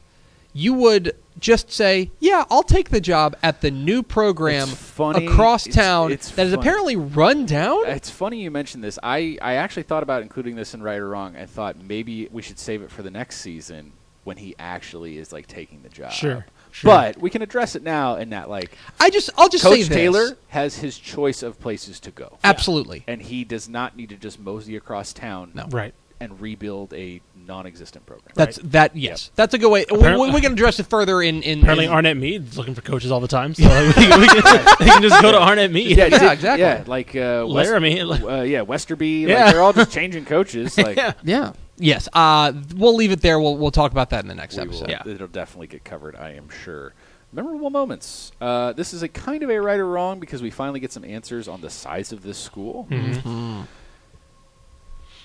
S1: you would just say, "Yeah, I'll take the job at the new program
S2: It's funny.
S1: across
S2: It's-
S1: town
S2: it's
S1: that is
S2: funny. Uh,
S1: apparently run down."
S2: It's funny you mentioned this. I, I actually thought about including this in Right or Wrong. I thought maybe we should save it for the next season when he actually is like taking the job.
S3: Sure, sure.
S2: But we can address it now and that like
S1: I just, I'll just say
S2: Coach
S1: this.
S2: Taylor has his choice of places to go.
S1: absolutely.
S2: And he does not need to just mosey across town
S1: No.
S3: Right.
S2: and rebuild a non existent program.
S1: That's that. Yes, that's a good way. We,
S3: Apparently-
S1: we, we can address it further in in.
S3: Apparently,
S1: in-
S3: Arnett Mead's looking for coaches all the time, so like, *laughs* we, can- we can, they can just go to Arnett Mead.
S1: *laughs* Yeah,
S2: di-
S1: exactly.
S2: *laughs* Yeah, like uh, West-
S3: *laughs* Laramie. like-
S2: uh, yeah, Westerby.
S1: *laughs*
S3: Yeah.
S2: Like, they're all just changing coaches. Like
S3: Yeah.
S1: Yeah. Yes. Uh, we'll leave it there. We'll we'll talk about that in the next
S2: we
S1: episode.
S2: will- it'll definitely get covered, I am sure. Memorable moments. Uh, this is a kind of a right or wrong because we finally get some answers on the size of this school.
S1: Mm-hmm.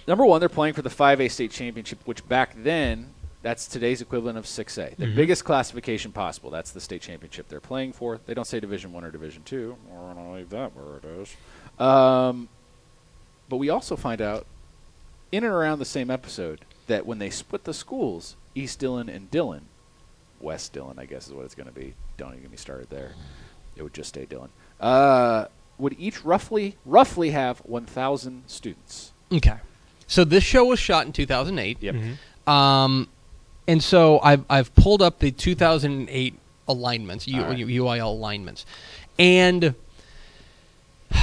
S2: Number one, they're playing for the 5A state championship, which back then, that's today's equivalent of 6A, the biggest classification possible. That's the state championship they're playing for. They don't say Division One or Division Two. We're going to leave that where it is. Um, but we also find out in and around the same episode that when they split the schools, East Dillon and Dillon, West Dillon, I guess is what it's going to be. Don't even get me started there. It would just stay Dillon. Uh, would each roughly roughly have 1,000 students.
S1: Okay. So this show was shot in 2008.
S2: Yep.
S1: Um, and so I've I've pulled up the 2008 alignments, U,
S2: All right.
S1: UIL alignments, and *sighs*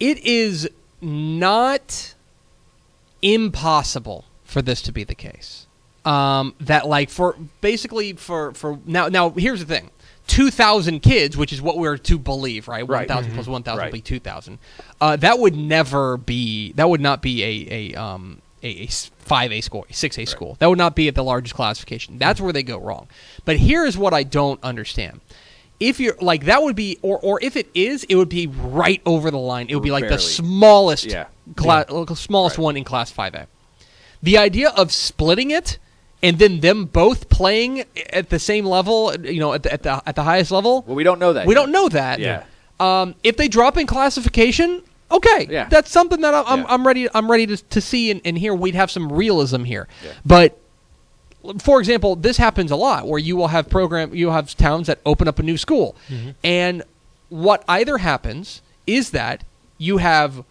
S1: it is not impossible for this to be the case. Um, that like for basically for for now now here's the thing. 2000 kids which is what we're to believe right,
S2: Right.
S1: 1000 plus 1000
S2: Mm-hmm. Right.
S1: will be 2000 uh, that would never be that would not be a a um a, a 5a school 6a school that would not be at the largest classification that's where they go wrong but here is what i don't understand if you're like that would be or or if it is it would be right over the line it would be like the
S2: Barely.
S1: smallest
S2: Yeah.
S1: cla- uh, smallest
S2: Right.
S1: one in class 5a the idea of splitting it and then them both playing at the same level you know at the at the, at the highest level
S2: Well, we don't know that.
S1: we
S2: yet.
S1: don't know that.
S2: Yeah.
S1: Um, if they drop in classification, okay.
S2: Yeah.
S1: That's something that I'm, I'm,
S2: Yeah.
S1: I'm ready. I'm ready to, to see and, and hear. We'd have some realism here.
S2: Yeah.
S1: But for example, this happens a lot where you will have program, you will have towns that open up a new school,
S2: Mm-hmm.
S1: and what either happens is that you have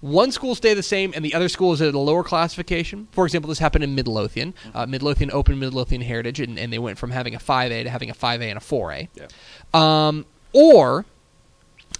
S1: one school stay the same and the other school is at a lower classification. For example, this happened in Midlothian.
S2: Mm-hmm.
S1: Uh, Midlothian opened Midlothian Heritage, and, and they went from having a 5A to having a 5A and a 4A.
S2: Yeah.
S1: Um, or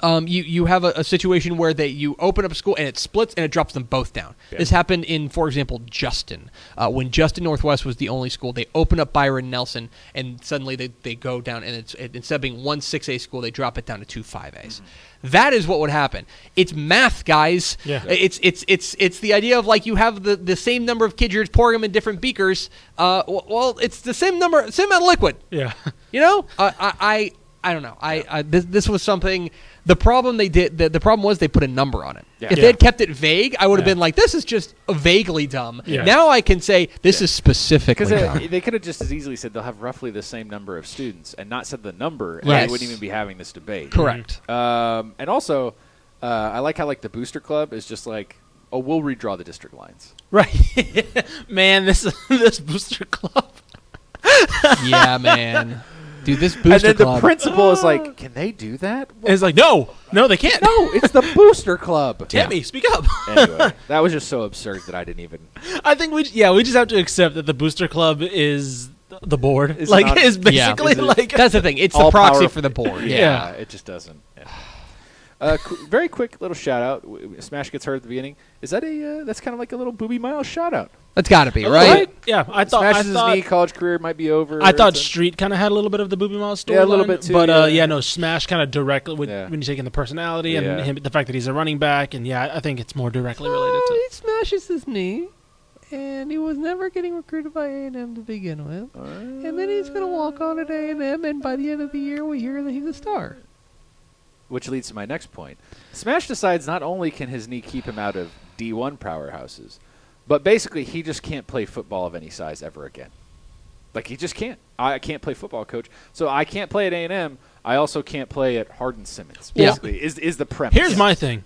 S1: um, you you have a, a situation where they you open up a school and it splits and it drops them both down.
S2: Yeah.
S1: This happened in, for example, Justin. Uh, when Justin Northwest was the only school, they open up Byron Nelson and suddenly they, they go down and it's it, instead of being one six A school, they drop it down to two five A's. That is what would happen. It's math, guys.
S3: Yeah.
S1: It's it's it's it's the idea of like you have the, the same number of kids, you're just pouring them in different beakers. Uh, w- well, it's the same number, same amount of liquid.
S3: Yeah. *laughs*
S1: You know, I, I, I, I don't know. I, I this, this was something. The problem they did. The, the problem was they put a number on it.
S2: Yeah.
S1: If they
S3: Yeah.
S1: had kept it vague, I would have
S3: Yeah.
S1: been like, "This is just vaguely dumb."
S3: Yeah.
S1: Now I can say this is specifically
S2: Because uh,
S1: dumb.
S2: they, could have just as easily said they'll have roughly the same number of students and not said the number, and
S1: Yes.
S2: we wouldn't even be having this debate. *laughs*
S1: Correct.
S2: Um, and also, uh, I like how like the booster club is just like, oh, we'll redraw the district lines.
S3: *laughs* Right. Man, this this booster club.
S1: yeah, man. Dude, this
S2: and
S1: booster
S2: then the
S1: club.
S2: principal is like, "Can they do that?"
S3: And it's like, no, no, they can't.
S2: No, it's the Booster
S3: *laughs*
S2: Club.
S3: Tammy, speak up.
S2: anyway, that was just so absurd that I didn't even.
S3: I think we, yeah, we just have to accept that the Booster Club is the board.
S2: It's
S3: like,
S2: not-
S3: is
S1: Yeah.
S3: basically
S2: Is it-
S3: like
S1: That's the thing. It's the
S2: All
S1: proxy
S2: powerful.
S1: for the board.
S2: Yeah,
S3: Yeah.
S2: it just doesn't. yeah. Uh, qu- very quick little shout out. W- w- Smash gets hurt at the beginning. Is that a? Uh, that's kind of like a little Booby Miles shout out.
S1: That's got to be right.
S3: Yeah, I thought. I
S2: Smashes his knee.
S3: thought.
S2: College career might be over.
S3: I thought
S2: It's a-
S3: Street kind of had a little bit of the Booby Miles story.
S2: Yeah, a little bit too,
S3: But uh,
S2: yeah.
S3: yeah, no, Smash kind of directly with,
S2: Yeah.
S3: when you take in the personality
S2: Yeah.
S3: and him, the fact that he's a running back, and yeah, I think it's more directly related
S1: Uh,
S3: to.
S1: he smashes his knee, and he was never getting recruited by A&M to begin with. and then he's going to walk on at A&M, and by the end of the year, we hear that he's a star.
S2: Which leads to my next point. Smash decides not only can his knee keep him out of D1 powerhouses, but basically he just can't play football of any size ever again. Like he just can't. I I can't play football, coach. So I can't play at A and M. I also can't play at Hardin Simmons.
S1: Yeah.
S2: Basically, is is the premise.
S3: Here's my thing.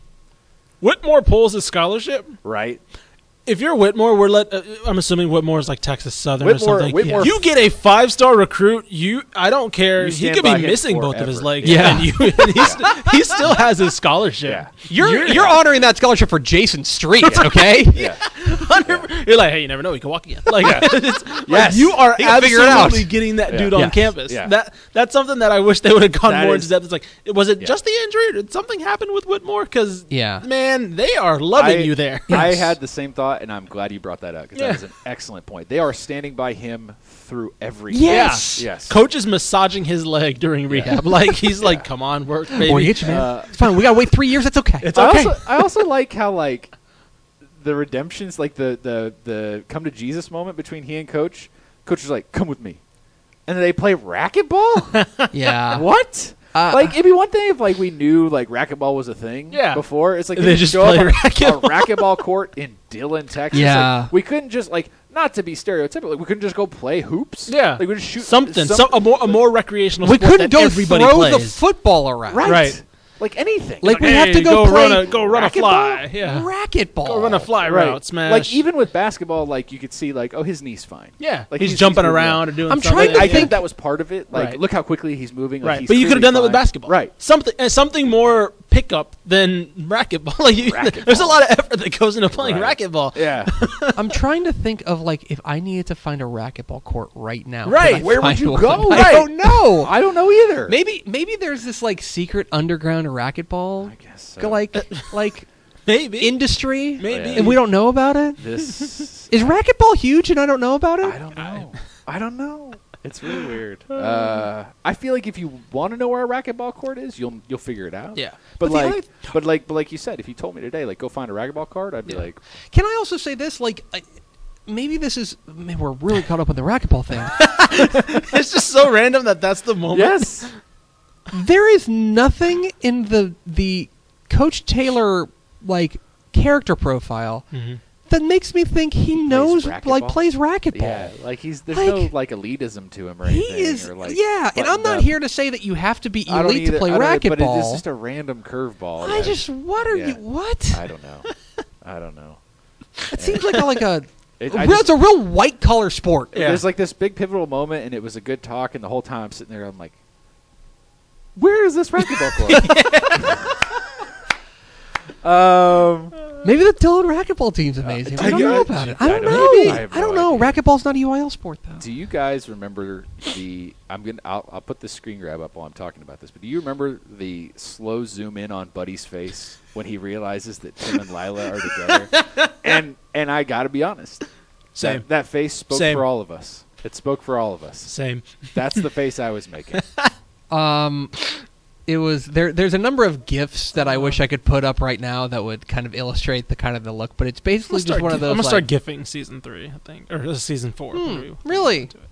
S3: Whitmore pulls his scholarship.
S2: *laughs*
S3: *laughs*
S2: right.
S3: If you're Whitmore, we're let. Uh, I'm assuming Whitmore is like Texas Southern
S2: Whitmore-
S3: or something.
S2: Whitmore-
S3: You get a five star recruit. You, I don't care.
S2: You
S3: He
S2: stand
S3: could be
S2: by him
S3: missing both of his
S2: forever.
S3: legs.
S1: Yeah.
S3: and, you, *laughs* and he's,
S2: *laughs*
S3: he still has his scholarship.
S2: Yeah.
S1: You're, you're, honoring that scholarship for Jason *laughs* Street, okay?
S2: Yeah.
S3: You're like, hey, you never know. He could walk again. Like,
S1: *laughs*
S3: it's, like,
S2: Yes.
S3: you are
S1: He can figure it out.
S3: absolutely getting that dude on
S1: Yes.
S3: campus.
S2: Yeah.
S3: That that's something that I wish they would have gone
S2: That
S3: more
S2: is-
S3: into depth. It's like, was it
S2: Yeah.
S3: just the injury? Or did something happen with Whitmore? Because
S1: Yeah.
S3: man, they are loving
S2: I-
S3: you there.
S2: I
S1: Yes.
S2: had the same thought, and I'm glad you brought that up because
S3: Yeah.
S2: that is an excellent point. They are standing by him through every. *laughs*
S1: Yes.
S2: Yeah. Yes.
S3: Coach is massaging his leg during rehab. *laughs* Like he's like, "Come on, work, baby."
S1: Boy, itch, man. it's fine. We got to wait three years. That's okay.
S3: It's
S2: I
S3: okay.
S2: also I also like how like the redemptions, like the the the come to Jesus moment between he and Coach. Coach is like, "Come with me," and then they play racquetball.
S1: *laughs*
S3: *laughs*
S1: *laughs* yeah.
S2: what?
S1: Uh,
S2: like it'd be one thing if like we knew like racquetball was a thing
S3: Yeah.
S2: before. It's like
S3: They
S2: didn't
S3: just
S2: show up
S3: play
S2: on
S3: racquetball.
S2: a racquetball court in Dillon, Texas. Like,
S1: Yeah.
S2: we couldn't just like not to be stereotypical. Like, we couldn't just go play hoops.
S3: Yeah,
S2: like we just shoot
S3: something,
S2: some-
S3: some, a more a more recreational.
S1: We
S3: sport
S1: couldn't
S3: that
S1: go
S3: everybody
S1: throw
S3: plays.
S1: the football around.
S2: right.
S3: Right.
S2: Like anything.
S1: Like, we have
S3: Hey,
S1: to go,
S3: go
S1: play
S3: run a- go run a
S1: racquetball-
S3: fly. Yeah.
S1: Racquetball.
S3: Go run a fly route, smash.
S2: Like even with basketball, like you could see like oh his knee's fine.
S3: yeah,
S2: like
S3: he's, jumping
S2: moving
S3: around or doing.
S1: I'm
S3: something.
S1: trying to
S2: I
S3: Yeah.
S2: think that was part of it. Like
S3: Right.
S2: look how quickly he's moving. Like,
S3: Right,
S2: he's
S3: but you could have
S2: clearly
S3: done that with
S2: fine.
S3: basketball.
S2: Right.
S3: Something and something more pickup than racquetball. *laughs* Like you,
S2: Racquetball.
S3: there's a lot of effort that goes into playing
S2: Right.
S3: racquetball.
S2: Yeah. *laughs*
S1: I'm trying to think of like if I needed to find a racquetball court right now. could
S3: Right,
S1: I
S2: where would
S1: find
S2: you
S1: one?
S2: go?
S1: I
S2: Right.
S1: don't know.
S2: I don't know either.
S1: Maybe maybe there's this like secret underground racquetball
S2: I guess so.
S1: go, like like
S3: Maybe
S1: industry,
S3: Maybe.
S1: and we don't know about it.
S3: *laughs*
S2: this.
S1: Is racquetball huge and I don't know about it?
S2: I don't know. I don't know. It's really
S3: *sighs*
S2: weird. Uh, I feel like if you want to know where a racquetball court is, you'll you'll figure it out.
S3: Yeah.
S2: But,
S1: But the
S2: like,
S1: other-
S2: but like, but like you said, if you told me today, like, go find a racquetball court, I'd be like,
S1: Can I also say this? Like, I, maybe this is man, we're really caught up on the racquetball thing.
S3: *laughs* it's just so random that that's the moment.
S2: yes.
S1: there is nothing in the the Coach Taylor like character profile that makes me think he, knows like
S2: racquetball?
S1: plays racquetball.
S2: Yeah. Like he's there's
S1: Like-
S2: no like elitism to him or
S1: He
S2: anything.
S1: is,
S2: or, like,
S1: yeah, and I'm
S2: buttoned
S1: not
S2: up.
S1: here to say that you have to be
S2: I don't
S1: elite to
S2: either-
S1: play
S2: I don't- But it is
S1: racquetball.
S2: just a random curveball.
S1: I
S2: that-
S1: just, what are
S2: Yeah.
S1: you, what?
S2: *laughs* I don't know. I don't know.
S1: it seems like a, like a,
S2: *laughs* It- I
S1: real,
S2: just-
S1: it's a real white collar sport.
S3: Yeah.
S2: There's like this big pivotal moment, and it was a good talk, and the whole time I'm sitting there, I'm like, where is this racquetball court?
S1: *laughs*
S2: um,
S1: Maybe the Dillon racquetball team's amazing. I
S2: Uh, I
S1: don't
S2: gu-
S1: know about it. I
S2: I
S1: don't
S2: don't
S1: know.
S2: know. I
S1: I
S2: have
S1: don't
S2: no
S1: know.
S2: idea.
S1: Racquetball's not a UIL sport though.
S2: do you guys remember the? I'm gonna. I'll, I'll put this screen grab up while I'm talking about this. But do you remember the slow zoom in on Buddy's face when he realizes that Tim and Lila are
S1: *laughs*
S2: together? and and I gotta be honest,
S3: *laughs* Same.
S2: That, that face spoke
S3: Same.
S2: for all of us. It spoke for all of us.
S3: Same.
S2: That's the face I was
S3: *laughs*
S2: making.
S1: Um, it was there. There's a number of gifs that I wish I could put up right now that would kind of illustrate the kind of the look, but it's
S3: I'm gonna
S1: basically
S3: start,
S1: just one of
S3: gi-
S1: those.
S3: I'm gonna
S1: like,
S3: start gifting season three, I think, or uh, season four.
S1: Hmm,
S3: when we- when we
S1: really?
S3: get to it.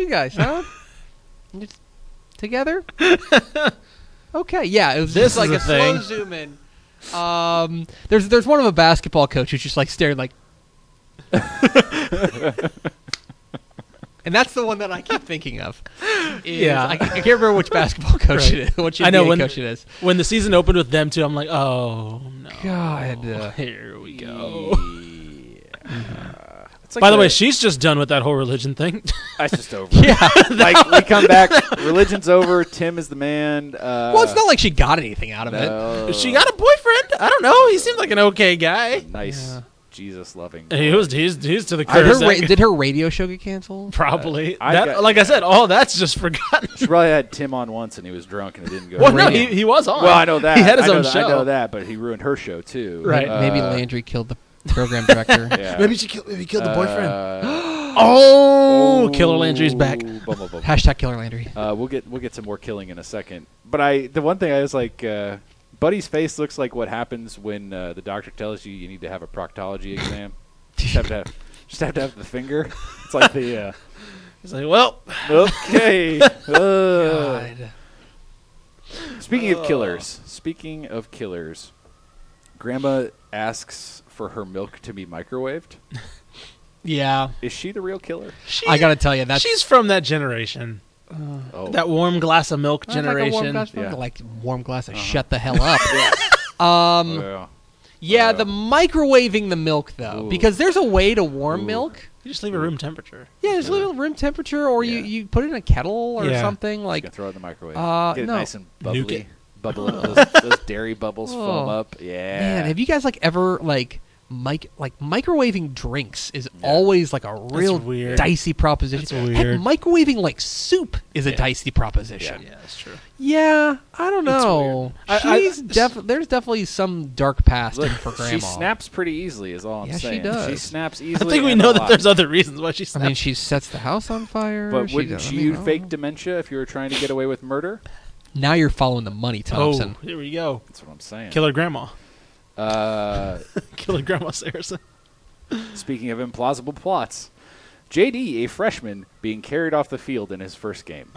S1: you guys,
S3: *laughs*
S1: huh? Just together. okay, yeah. It was just
S3: This
S1: like
S3: is
S1: a,
S3: a thing.
S1: slow zoom in. Um, there's there's one of a basketball coach who's just like staring
S3: *laughs*
S1: like. And that's the one that I keep thinking of. is-
S3: Yeah.
S1: I, I can't remember which
S3: *laughs*
S1: basketball coach it is. Which
S3: I know
S1: NBA
S3: when-
S1: coach it is.
S3: When the season opened with them two, I'm like, oh no,
S1: God, uh,
S3: here we go.
S2: Yeah. It's like
S3: By the way, she's just done with that whole religion thing. *laughs*
S2: that's just over. yeah, like we come back, religion's over. Tim is the man. Uh,
S1: well, it's not like she got anything out of it.
S2: no.
S3: she got a boyfriend. I don't know. He seemed like an okay guy.
S2: nice, Jesus loving.
S3: He was he's he's to the
S1: Did
S3: curse.
S1: her,
S3: *laughs*
S1: ra- did her radio show get canceled?
S3: Probably.
S2: I
S3: that,
S2: got-
S3: like I said, all that's just
S2: *laughs*
S3: forgotten.
S2: She probably had Tim on once and he was drunk and it didn't go.
S3: well, no, he,
S1: Radio.
S3: he was on.
S2: Well, I know that.
S3: *laughs* He had his
S2: I know
S3: own
S2: that,
S3: show.
S2: I know that, but he ruined her show too.
S3: Right.
S1: Maybe
S2: Uh,
S1: Landry killed the program
S3: *laughs*
S1: director.
S2: yeah.
S3: Maybe she killed, maybe killed the boyfriend.
S2: Uh,
S3: Oh, *gasps* Killer Landry's back.
S2: ooh, bum, bum, bum.
S1: Hashtag Killer Landry.
S2: Uh, we'll get we'll get some more killing in a second. But I the one thing I was like, uh, Buddy's face looks like what happens when uh, the doctor tells you you need to have a proctology exam. just have to have, just have to have the finger. It's like the uh,
S3: He's like, well,
S2: okay. uh. Speaking of killers, speaking of killers, Grandma asks for her milk to be microwaved.
S3: yeah.
S2: Is she the real killer?
S3: She,
S1: I gotta tell you, that's
S3: she's from that generation,
S2: Oh,
S3: that warm glass of milk
S1: That's like a warm
S3: generation.
S1: glass-
S2: Yeah.
S1: Like warm glass of shut the hell up. Um,
S2: Oh, yeah.
S1: yeah,
S2: Uh,
S1: the microwaving the milk thok
S2: Ooh.
S1: because there's a way to warm milk.
S3: you just leave it room temperature.
S1: Yeah, just leave it room temperature, or
S2: Yeah.
S1: you, you put it in a kettle or
S3: Yeah.
S1: something
S2: You
S1: like.
S2: can throw it in the microwave.
S1: Uh,
S2: Get it
S1: no.
S2: nice and
S3: Nuke
S2: bubbly.
S3: it.
S2: Bubble
S1: *laughs*
S2: up. Those, those dairy bubbles foam
S1: Oh.
S2: up. Yeah.
S1: Man, have you guys like ever like mic like microwaving drinks is always like a real
S3: weird.
S1: dicey proposition.
S3: That's
S1: Heck,
S3: weird.
S1: microwaving like soup is a
S3: Yeah.
S1: dicey proposition.
S3: Yeah, that's true.
S1: Yeah, I don't
S3: It's
S1: know.
S3: weird. I- I-
S1: She's def- there's definitely some dark past
S2: *laughs* Look,
S1: in for grandma.
S2: she snaps pretty easily. Is all I'm
S1: Yeah, she
S2: saying.
S1: does.
S2: snaps
S3: I
S2: easily.
S3: think we
S2: and
S3: know
S2: a
S3: that
S2: lot.
S3: there's other reasons why she
S1: I
S3: snapped.
S1: mean, she sets the house on fire.
S2: But
S1: she
S2: wouldn't
S1: does- Oh. I mean,
S2: you
S1: I don't
S2: fake
S1: know.
S2: dementia if you were trying to get away with murder?
S1: Now you're following the money,
S3: oh,
S1: Thompson.
S3: here we go.
S2: That's what I'm saying.
S3: Killer grandma. *laughs*
S2: Uh,
S3: Killer grandma Saracen.
S2: speaking of implausible plots, JD, a freshman, being carried off the field in his first game.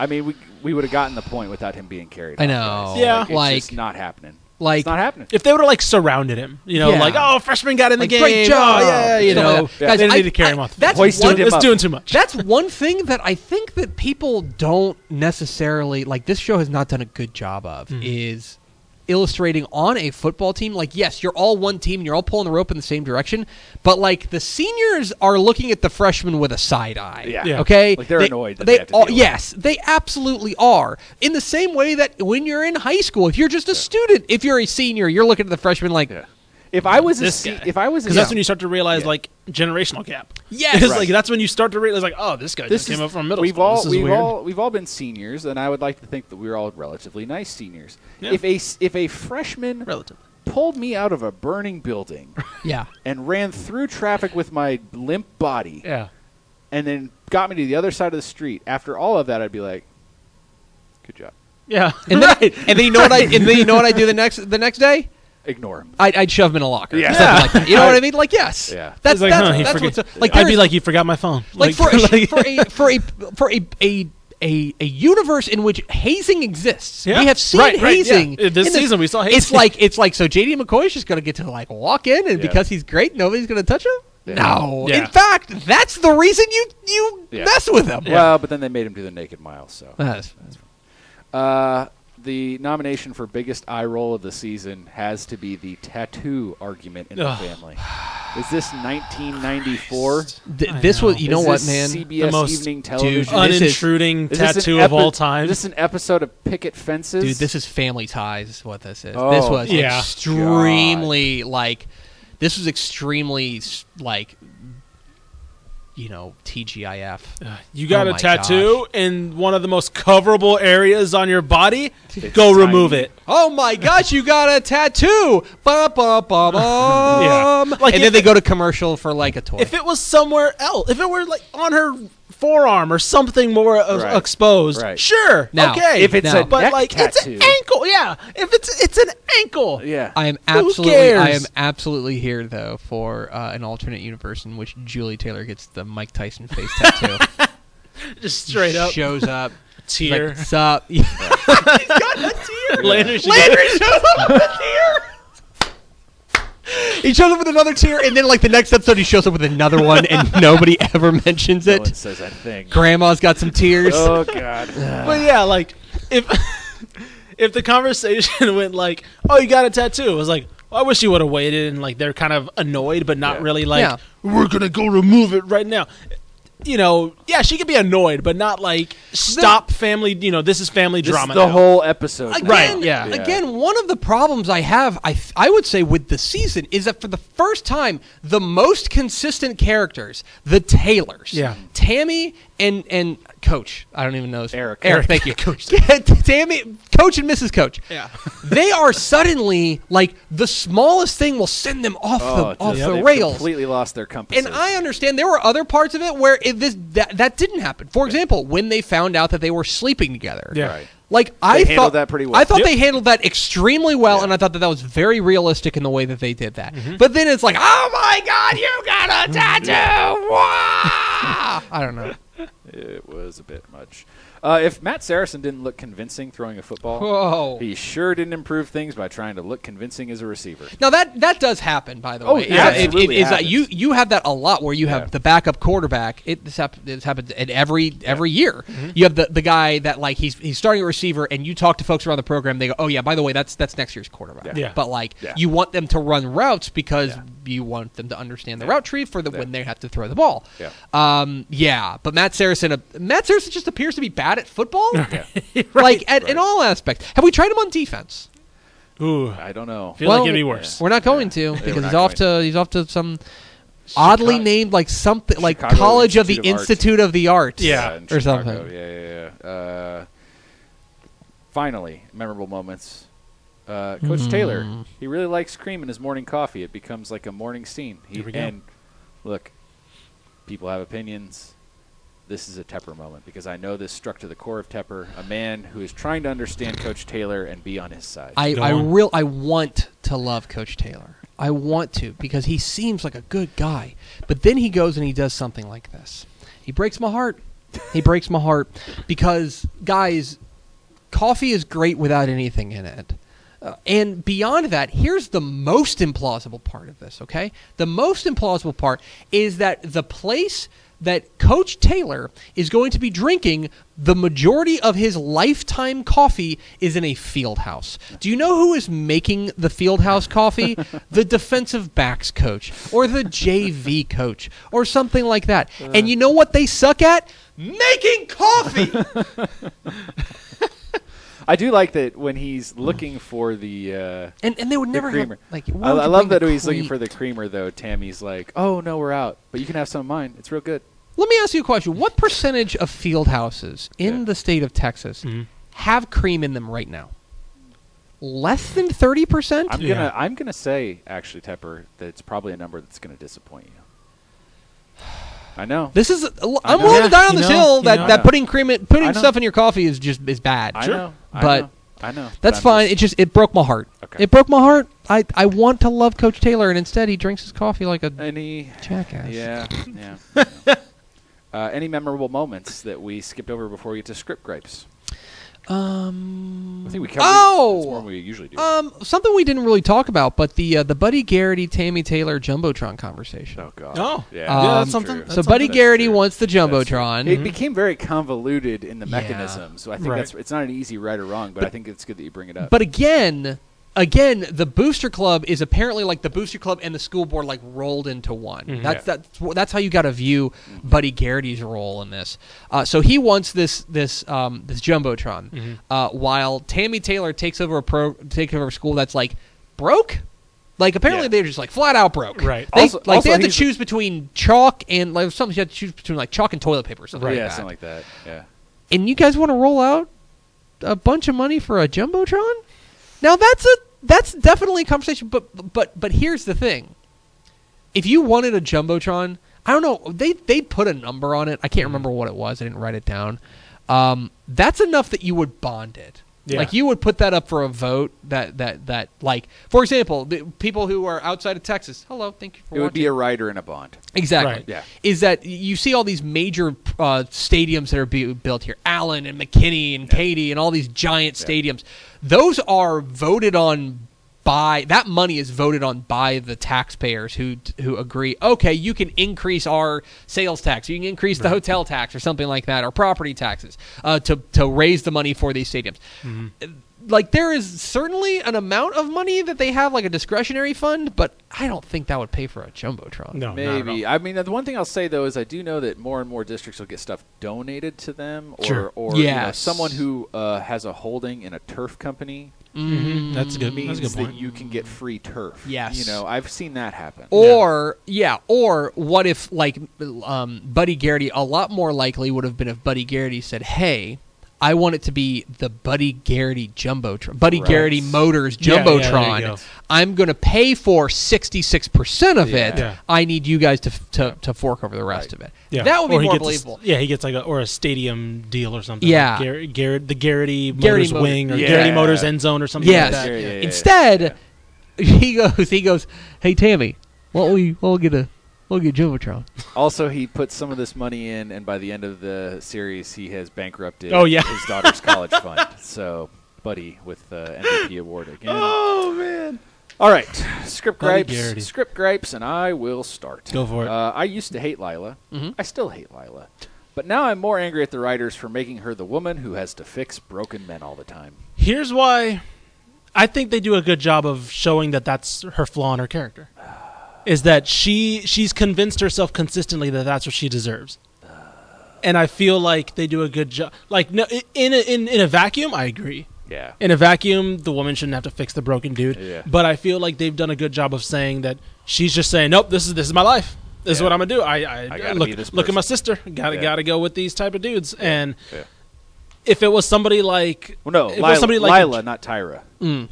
S2: I mean, we we would have gotten the point without him being carried.
S1: I
S2: off,
S1: know.
S2: guys.
S3: Yeah.
S2: like, it's just
S1: Like-
S2: not happening.
S1: Like,
S2: It's not happening.
S3: If they would have like surrounded him, you know,
S1: Yeah.
S3: like oh, freshman got in the
S1: like,
S3: game.
S1: great job.
S3: Oh, yeah, you
S1: Stuff
S3: know,
S1: like that.
S2: Yeah.
S3: they didn't
S1: I-
S3: need to carry
S1: I-
S3: him off. the
S1: That's
S3: field.
S2: Hoisted
S1: one,
S2: him
S3: It's
S2: up.
S3: doing too much.
S1: that's one thing that I think that people don't necessarily like. This show has not done a good job of is illustrating on a football team. Like, yes, you're all one team, and you're all pulling the rope in the same direction, but like the seniors are looking at the freshmen with a side eye.
S2: Yeah.
S3: Yeah.
S1: Okay.
S2: Like, they're annoyed that they have to
S1: all-
S2: deal with it.
S1: yes, they absolutely are. In the same way that when you're in high school, if you're just a student, if you're a senior, you're looking at the freshman like.
S2: Yeah. If I was a
S3: This
S2: se-
S3: guy.
S2: if I was a
S3: Because that's
S2: se-
S3: when you start to realize
S2: Yeah.
S3: like generational gap.
S1: Yes.
S3: it's
S2: Right.
S3: like that's when you start to realize like oh, this guy just came up from middle
S2: we've
S3: school.
S2: All,
S3: this is
S2: we've
S3: weird.
S2: all we've all been seniors, and I would like to think that we we're all relatively nice seniors.
S3: Yeah.
S2: If a s- if a freshman
S3: Relatively.
S2: pulled me out of a burning
S3: *laughs*
S2: building
S1: *laughs* Yeah.
S2: and ran through traffic with my limp body,
S3: Yeah.
S2: and then got me to the other side of the street, after all of that, I'd be like, "Good job."
S3: Yeah.
S1: And then, and then you know what I and then you know what I do the next the next day?
S2: Ignore him.
S1: I'd, I'd shove him in a locker.
S2: Yeah.
S1: Yeah. Something like that. You know what I mean? Like yes.
S2: Yeah.
S1: That's
S3: It's like,
S1: that's,
S3: huh, he
S1: that's
S3: forget-
S1: what's like
S3: I'd be
S1: there's-
S3: like, you forgot my phone.
S1: like *laughs* for
S3: *laughs*
S1: a, for a for a for a, a a, a universe in which hazing exists.
S3: Yeah.
S1: We have seen
S3: Right, right, yeah.
S1: hazing.
S3: Uh, this
S1: in
S3: season we saw
S1: It's
S3: hazing.
S1: like it's like so JD McCoy is just gonna get to like walk in and
S2: Yeah.
S1: because he's great, nobody's gonna touch him?
S2: Yeah.
S1: No.
S3: Yeah.
S1: In fact, that's the reason you you
S2: Yeah.
S1: mess with him.
S2: Well, but then they made him do the naked mile. So
S1: That's-
S2: uh, the nomination for biggest eye roll of the season has to be the tattoo argument in the
S3: Ugh.
S2: family. Is this 1994?
S1: th-
S3: I
S1: this
S3: know.
S1: was you
S2: Is
S1: know what,
S2: this
S1: man?
S2: CBS
S3: The most-
S2: evening television.
S1: Dude, this is-
S3: unintruding
S2: Is this an
S3: tattoo of
S2: epi-
S3: all time.
S2: Is this an episode of Picket Fences?
S1: Dude, this is Family Ties. Is what this is.
S2: Oh,
S1: this was
S3: Yeah.
S1: extremely like. This was extremely s- like. You know, TGIF.
S3: Uh, you got
S1: Oh
S3: a
S1: my
S3: tattoo in one of the most coverable areas on your body. Go
S2: tiny.
S3: remove it.
S1: Oh my gosh, you got a tattoo! Ba ba
S3: *laughs*
S1: ba bum.
S3: Yeah.
S1: and
S3: Like, if
S1: then they
S3: it-
S1: go to commercial for like a toy.
S3: If it was somewhere else, if it were like on her forearm or something more uh,
S2: Right.
S3: exposed,
S2: Right.
S3: sure,
S1: Now,
S3: okay.
S2: if it's
S1: No.
S2: a
S3: but
S2: neck
S3: like it's
S2: tattoo,
S3: an ankle, yeah. If it's it's an ankle,
S2: yeah,
S1: I am
S3: Who
S1: absolutely, I
S3: cares?
S1: am absolutely here though for uh, an alternate universe in which Julie Taylor gets the Mike Tyson face tattoo.
S3: just *laughs* straight up
S1: shows up. she's
S3: tear.
S1: *laughs* Like, Sup?
S3: Landry, she-
S1: shows up with a tear. He shows up with another tear, and then like the next episode, he shows up with another one, and nobody ever mentions
S2: no one
S1: it.
S2: says that thing.
S1: Grandma's got some tears.
S2: Oh
S1: *laughs*
S2: God!
S3: But yeah, *laughs* like if if the conversation went like, "Oh, you got a tattoo," it was like, I wish you would have waited and like they're kind of annoyed, but not
S2: Yeah.
S3: really like
S1: Yeah.
S3: we're gonna go remove it right now. You know, yeah, she could be annoyed, but not like stop family. You know, this is family
S2: This is
S3: drama.
S2: the
S3: now.
S2: whole episode.
S1: Again,
S3: Right, yeah.
S1: Again, one of the problems I have, I th- I would say, with the season is that for the first time, the most consistent characters, the Taylors,
S3: Yeah.
S1: Tammy and and Coach. I don't even know this.
S2: Eric.
S1: Eric,
S3: Eric.
S1: thank you.
S3: Coach.
S1: *laughs* Tammy, Coach and Mrs. Coach.
S2: *laughs*
S3: Yeah.
S1: they are suddenly like the smallest thing will send them off
S2: Oh,
S1: the off
S2: dude,
S1: the
S2: they've
S1: rails.
S2: Completely lost their compass.
S1: And I understand there were other parts of it where it, this that, that didn't happen. For example, when they found out that they were sleeping together.
S3: Yeah.
S2: Right.
S1: Like I
S2: handled
S1: thought
S2: that pretty well.
S1: I thought
S3: Yep.
S1: they handled that extremely well,
S2: Yeah.
S1: and I thought that that was very realistic in the way that they did that.
S3: Mm-hmm.
S1: But then it's like, oh my god, you got a tattoo! Wah!" I don't know.
S2: It was a bit much. Uh, if Matt Saracen didn't look convincing throwing a football,
S1: Whoa.
S2: he sure didn't improve things by trying to look convincing as a
S1: *laughs*
S2: receiver.
S1: Now that that does happen, by the
S2: Oh, yeah,
S1: way. Is that-
S2: absolutely
S1: is that
S2: happens.
S1: you you have that a lot where you have
S2: Yeah.
S1: the backup quarterback. It this, hap- this happens in every every year.
S2: Mm-hmm.
S1: You have the, the guy that like he's he's starting a receiver, and you talk to folks around the program. They go, oh yeah, by the way, that's that's next year's quarterback.
S2: Yeah.
S3: Yeah.
S1: But like
S2: Yeah.
S1: you want them to run routes because you want them to understand the route tree for the, when they have to throw the ball.
S2: Yeah.
S1: Um. Yeah. But Matt Saracen, uh, Matt Saracen just appears to be bad
S2: *laughs*
S1: at football. Like at, in all aspects. Have we tried him on defense?
S3: *laughs* Ooh,
S2: I don't know.
S3: feel
S1: Well,
S3: like it'd be worse.
S1: We're not going
S2: Yeah,
S1: to because
S2: we're
S1: he's
S2: not
S1: off
S2: going
S1: to he's off to some oddly named like something like
S2: Chicago
S1: College of the
S2: Institute of Arts.
S1: Institute of the Arts.
S3: Yeah.
S2: in
S1: or
S2: Chicago.
S1: something.
S2: Yeah, yeah, yeah. Uh, finally, memorable moments. Uh, Coach
S3: Hmm.
S2: Taylor, he really likes cream in his morning coffee. It becomes like a morning scene. He,
S3: Here we go.
S2: And look, people have opinions. This is a Tepper moment because I know this struck to the core of Tepper, a man who is trying to understand Coach Taylor and be on his side.
S1: I
S3: Go
S1: I
S3: on.
S1: real I want to love Coach Taylor. I want to because he seems like a good guy. But then he goes and he does something like this. He breaks my heart. He breaks my heart because guys, coffee is great without anything in it. Uh, and beyond that, here's the most implausible part of this, okay? The most implausible part is that the place that Coach Taylor is going to be drinking the majority of his lifetime coffee is in a field house. Do you know who is making the field house coffee? the defensive backs coach or the JV coach or something like that. and you know what they suck at? Making coffee.
S2: I do like that when he's looking for the. Uh,
S1: and and they would never
S2: the creamer.
S1: have like
S2: I,
S1: why would
S2: I
S1: you
S2: love
S1: bring
S2: that
S1: the
S2: he's looking
S1: cre-
S2: for the creamer though. Tammy's like, "Oh no, we're out, but you can have some of mine. It's real good."
S1: Let me ask you a question. What percentage of field houses in
S2: Yeah.
S1: the state of Texas have cream in them right now? Less than 30%?
S2: I'm
S3: Yeah.
S2: gonna I'm gonna say actually Tepper that it's probably a number that's gonna disappoint you. I know.
S1: this is I'm
S2: I know.
S1: willing
S3: Yeah,
S1: to die on
S3: you
S1: this
S3: know,
S1: hill
S3: you
S1: that,
S3: know.
S1: that putting cream in, putting
S2: I know.
S1: stuff in your coffee is just is bad.
S2: I know. I
S1: But
S2: know. I know. but
S1: That's
S2: I'm
S1: fine.
S2: just-
S1: It just it broke my heart.
S2: Okay.
S1: It broke my heart. I, I want to love Coach Taylor and instead he drinks his coffee like a
S2: any
S1: jackass.
S2: yeah yeah.
S1: *laughs*
S2: yeah. Uh, any memorable moments that we skipped over before we get to script gripes?
S1: Um
S2: I think we covered.
S1: Oh!
S2: that's more than we usually do.
S1: um something we didn't really talk about but the uh, the Buddy Garrity Tammy Taylor jumbotron conversation.
S2: oh God.
S3: Oh.
S2: yeah.
S1: Yeah, that's
S3: something-
S2: true.
S3: that's
S1: Um, so Buddy
S2: That's
S1: Garrity
S2: true.
S1: wants the
S2: That's true.
S1: jumbotron. Mm-hmm.
S2: It became very convoluted in the
S1: Yeah.
S2: mechanism, so I think
S3: Right.
S2: that's it's not an easy right or wrong, but, I think it's good that you bring it up.
S1: But again, again, the Booster Club is apparently like the Booster Club and the school board like rolled into one.
S2: Mm-hmm.
S1: That's that's wh- that's how you got to view Buddy Garrity's role in this. Uh, so he wants this this um, this jumbotron,
S2: Mm-hmm.
S1: uh, while Tammy Taylor takes over a pro takes over a school that's like broke. Like apparently
S2: Yeah.
S1: they're just like flat out broke.
S3: Right.
S1: They,
S2: Also-
S1: like
S2: also
S1: they have to
S2: he's-
S1: choose between chalk and like something you have to choose between like chalk and toilet paper or something
S2: yeah,
S1: like that
S2: something like that. Yeah.
S1: and you guys want to roll out a bunch of money for a jumbotron? Now that's a that's definitely a conversation. But but but here's the thing: if you wanted a jumbotron, I don't know. They they put a number on it. I can't remember what it was. I didn't write it down. Um, that's enough that you would bond it.
S3: Yeah.
S1: Like you would put that up for a vote. That that that like for example, the people who are outside of Texas. Hello, thank you for
S2: It would
S1: watching.
S2: be a rider and a bond.
S1: Exactly.
S3: Right.
S2: Yeah.
S1: Is that you see all these major uh, stadiums that are be- built here, Allen and McKinney and Katy and all these giant stadiums. Those are voted on by that money is voted on by the taxpayers who who agree. Okay, you can increase our sales tax, you can increase the hotel
S3: Mm-hmm.
S1: tax or something like that, or property taxes uh, to to raise the money for these stadiums like there is certainly an amount of money that they have like a discretionary fund, but I don't think that would pay for a jumbotron.
S3: No, not at all.
S2: Maybe. I mean, the one thing I'll say though is I do know that more and more districts will get stuff donated to them, or
S3: Sure.
S2: or you know,
S1: Yes.
S2: someone who uh, has a holding in a turf company
S1: Mm-hmm.
S3: Mhm, That's a good. That's
S2: means
S3: a good
S2: that
S3: point.
S2: you can get free turf.
S1: Yes.
S2: You know, I've seen that happen.
S1: Or yeah. or what if like um, Buddy Garrity? A lot more likely would have been if Buddy Garrity said, "Hey, I want it to be the Buddy Garrity jumbotron, Buddy
S2: Right.
S1: Garrity Motors
S3: Yeah, yeah, there you
S1: jumbotron.
S3: go.
S1: I'm going to pay for sixty six percent of it.
S3: Yeah.
S1: I need you guys to f- to, to fork over the rest of it.
S3: Yeah.
S1: That would be
S3: Or he
S1: more
S3: gets a s-
S1: believable.
S3: yeah, he gets like a or a stadium deal or something.
S1: Yeah.
S3: like Gar- Gar- the Garrity
S1: Garrity
S3: Motors
S1: Motor-
S3: wing or
S1: yeah.
S3: Garrity Motors end zone or something
S1: Yes.
S3: like that.
S2: Yeah, yeah, yeah,
S1: Instead, *laughs* he goes he goes, "Hey Tammy, what we we'll get a we'll get jumbotron."
S2: Also, he put some of this money in, and by the end of the series, he has bankrupted.
S3: Oh, yeah.
S2: his daughter's college
S3: *laughs*
S2: fund. So, buddy with the MVP award again.
S3: Oh man.
S2: All right, script
S3: Buddy
S2: gripes,
S3: Garrity.
S2: script gripes, and I will start.
S3: Go for it. Mm-hmm.
S2: Uh, I used to hate Lila. I still hate Lila, but now I'm more angry at the writers for making her the woman who has to fix broken men all the time.
S3: Here's why I think they do a good job of showing that that's her flaw in her character. Is that she she's convinced herself consistently that that's what she deserves. And I feel like they do a good job. Like no, i- in a, in in a vacuum, I agree.
S2: Yeah,
S3: In a vacuum, the woman shouldn't have to fix the broken dude.
S2: Yeah.
S3: But I feel like they've done a good job of saying that she's just saying, "Nope, this is this is my life. This is
S2: Yeah.
S3: what I'm gonna do. I I,
S2: I gotta
S3: look
S2: be this
S3: look at my
S2: person."
S3: sister. Got to
S2: Yeah.
S3: got to go with these type of dudes." And
S2: yeah.
S3: if it was somebody like
S2: Well, no,
S3: if it
S2: Lila,
S3: was somebody like
S2: Lila, not Tyra.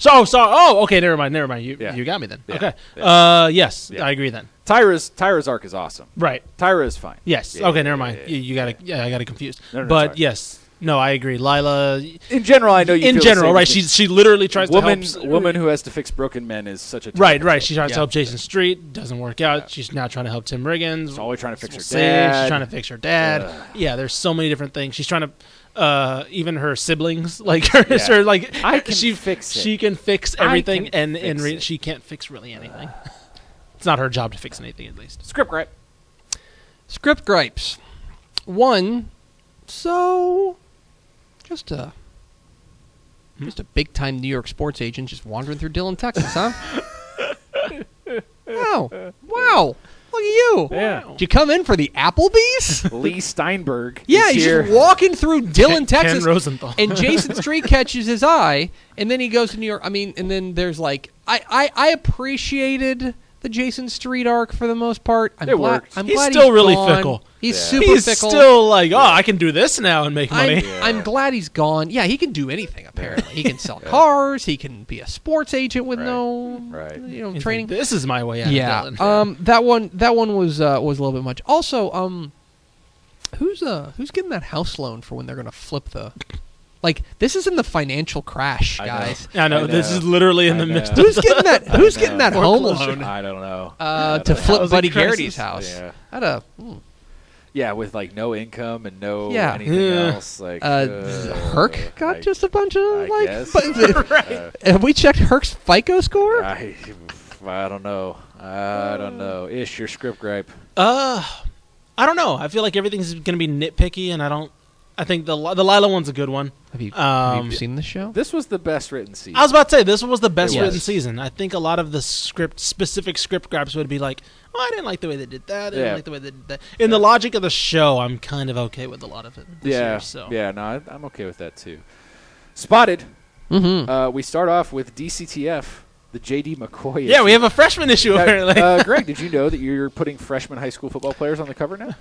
S3: so oh, sorry. Oh, okay. Never mind. Never mind. You
S2: Yeah.
S3: you got me then.
S2: Yeah.
S3: Okay.
S2: Yeah.
S3: Uh, yes,
S2: Yeah.
S3: I agree then.
S2: Tyra's Tyra's arc is awesome.
S3: Right.
S2: Tyra is fine.
S3: Yes.
S2: Yeah,
S3: okay.
S2: yeah, yeah,
S3: Never mind.
S2: yeah,
S3: You, you got to yeah. I got to confused.
S2: No, no, no,
S3: but
S2: sorry.
S3: yes. No, I agree. Lila.
S2: In general, I know you. feel
S3: In
S2: the
S3: general,
S2: same
S3: right?
S2: thing.
S3: She she literally tries
S2: woman
S3: to help.
S2: woman who has to fix broken men is such a
S3: Right, right. She tries
S1: Yeah.
S3: to help Jason Street. Doesn't work out. She's now trying to help Tim Riggins. She's
S2: always trying to fix her dad.
S3: She's trying to fix her dad. Yeah, there's so many different things. She's trying to, uh, even her siblings, *laughs* like her,
S2: Yeah.
S3: her like
S2: I can
S3: she,
S2: fix it.
S3: She can fix everything,
S2: can
S3: and and
S2: fix
S3: re-
S2: it.
S3: she can't fix really anything. *laughs* it's not her job to fix anything, at least.
S2: script right.
S1: Script gripes. One, so just a just a big time New York sports agent just wandering through Dillon, Texas, huh? oh, wow! Look at you.
S2: Yeah.
S1: Did you come in for the
S2: *laughs*
S1: Applebee's?
S2: Lee Steinberg.
S1: yeah,
S2: is
S1: he's
S2: here.
S1: just walking through Dillon,
S3: Ken-
S1: Texas,
S3: Ken Rosenthal.
S1: *laughs*
S3: *laughs*
S1: and Jason Street catches his eye, and then he goes to New York. I mean, and then there's like I I, I appreciated the Jason Street arc for the most part. I'm
S2: It
S1: glad,
S2: worked.
S1: I'm
S3: He's
S1: glad
S3: still really
S1: gone.
S3: fickle.
S1: He's
S2: Yeah.
S1: super
S3: He's
S1: fickle.
S3: still like, oh, I can do this now and make
S1: I'm,
S3: *laughs* money.
S1: I'm glad he's gone. Yeah, he can do anything apparently. He
S2: *laughs*
S1: can sell cars. He can be a sports agent with
S2: Right.
S1: no
S2: Right.
S1: you know
S3: He's like,
S1: training.
S3: this is my way out.
S1: yeah.
S3: Of
S2: Uh,
S3: Dylan.
S1: Um that one that one was uh, was a little bit much. Also, um who's uh who's getting that house loan for when they're going to flip the Like this is in the financial crash,
S2: I know.
S1: guys.
S3: I know
S2: I
S3: this
S2: know.
S3: is literally in
S2: I
S3: the midst
S2: know.
S3: of
S1: Who's getting that who's getting that home
S3: Foreclosure.
S1: loan
S2: I don't know.
S1: uh, to flip
S3: Housing
S1: Buddy
S3: crisis.
S1: Garrity's house?
S2: Yeah.
S1: At a hmm.
S2: Yeah, with like no income and no
S1: Yeah.
S2: anything
S3: Yeah.
S2: else. Like
S1: uh, Herc got just a bunch of like *laughs*
S2: *laughs*
S1: but- Have we checked Herc's FICO score?
S2: I, Uh, I don't know. I don't know. Ish, your script gripe.
S3: Uh, I don't know. I feel like everything's going to be nitpicky, and I don't. I think the Li- the Lila one's a good one.
S1: Have you, have
S3: Um,
S1: you seen the show?
S2: This was the best written season.
S3: I was about to say this was the best
S2: It
S3: written
S2: was.
S3: season. I think a lot of the script specific script grabs would be like, "Oh, I didn't like the way they did that. I didn't
S2: Yeah.
S3: like the way they did that." In the logic of the show, I'm kind of okay with a lot of it. This
S2: yeah,
S3: year, so
S2: yeah. No, I, I'm okay with that too. Spotted.
S1: Mm-hmm.
S2: Uh, we start off with DCTF, the JD McCoy.
S3: Yeah,
S2: issue.
S3: we have a freshman issue
S2: Now,
S3: apparently.
S2: uh, Greg, did you know that you're putting freshman high school football players on the cover now?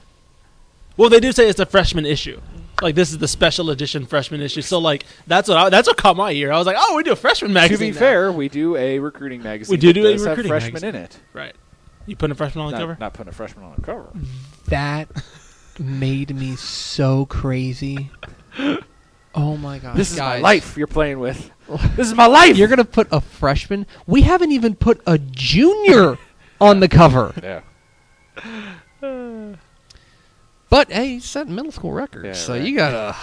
S3: *laughs* well, they do say it's a freshman issue. Like this is the special edition freshman issue. So like that's what I, that's what caught my ear. I was like, "Oh, we do a freshman
S2: to
S3: *laughs* magazine."
S2: be
S3: now."
S2: fair, we do a recruiting magazine.
S3: We do
S2: that
S3: do a
S2: does have
S3: recruiting
S2: freshmen
S3: magazine.
S2: in it.
S3: right? You putting a freshman on the
S2: not,
S3: cover? Mm.
S2: not putting a freshman on the cover.
S1: That made me so crazy. Oh my gosh.
S2: This is
S1: guys.
S2: my life you're playing with. *laughs* This is my life.
S1: You're going to put a freshman? We haven't even put a junior on the cover.
S2: yeah.
S1: But hey, he set middle school records.
S2: Yeah,
S1: so
S2: right.
S1: you got to.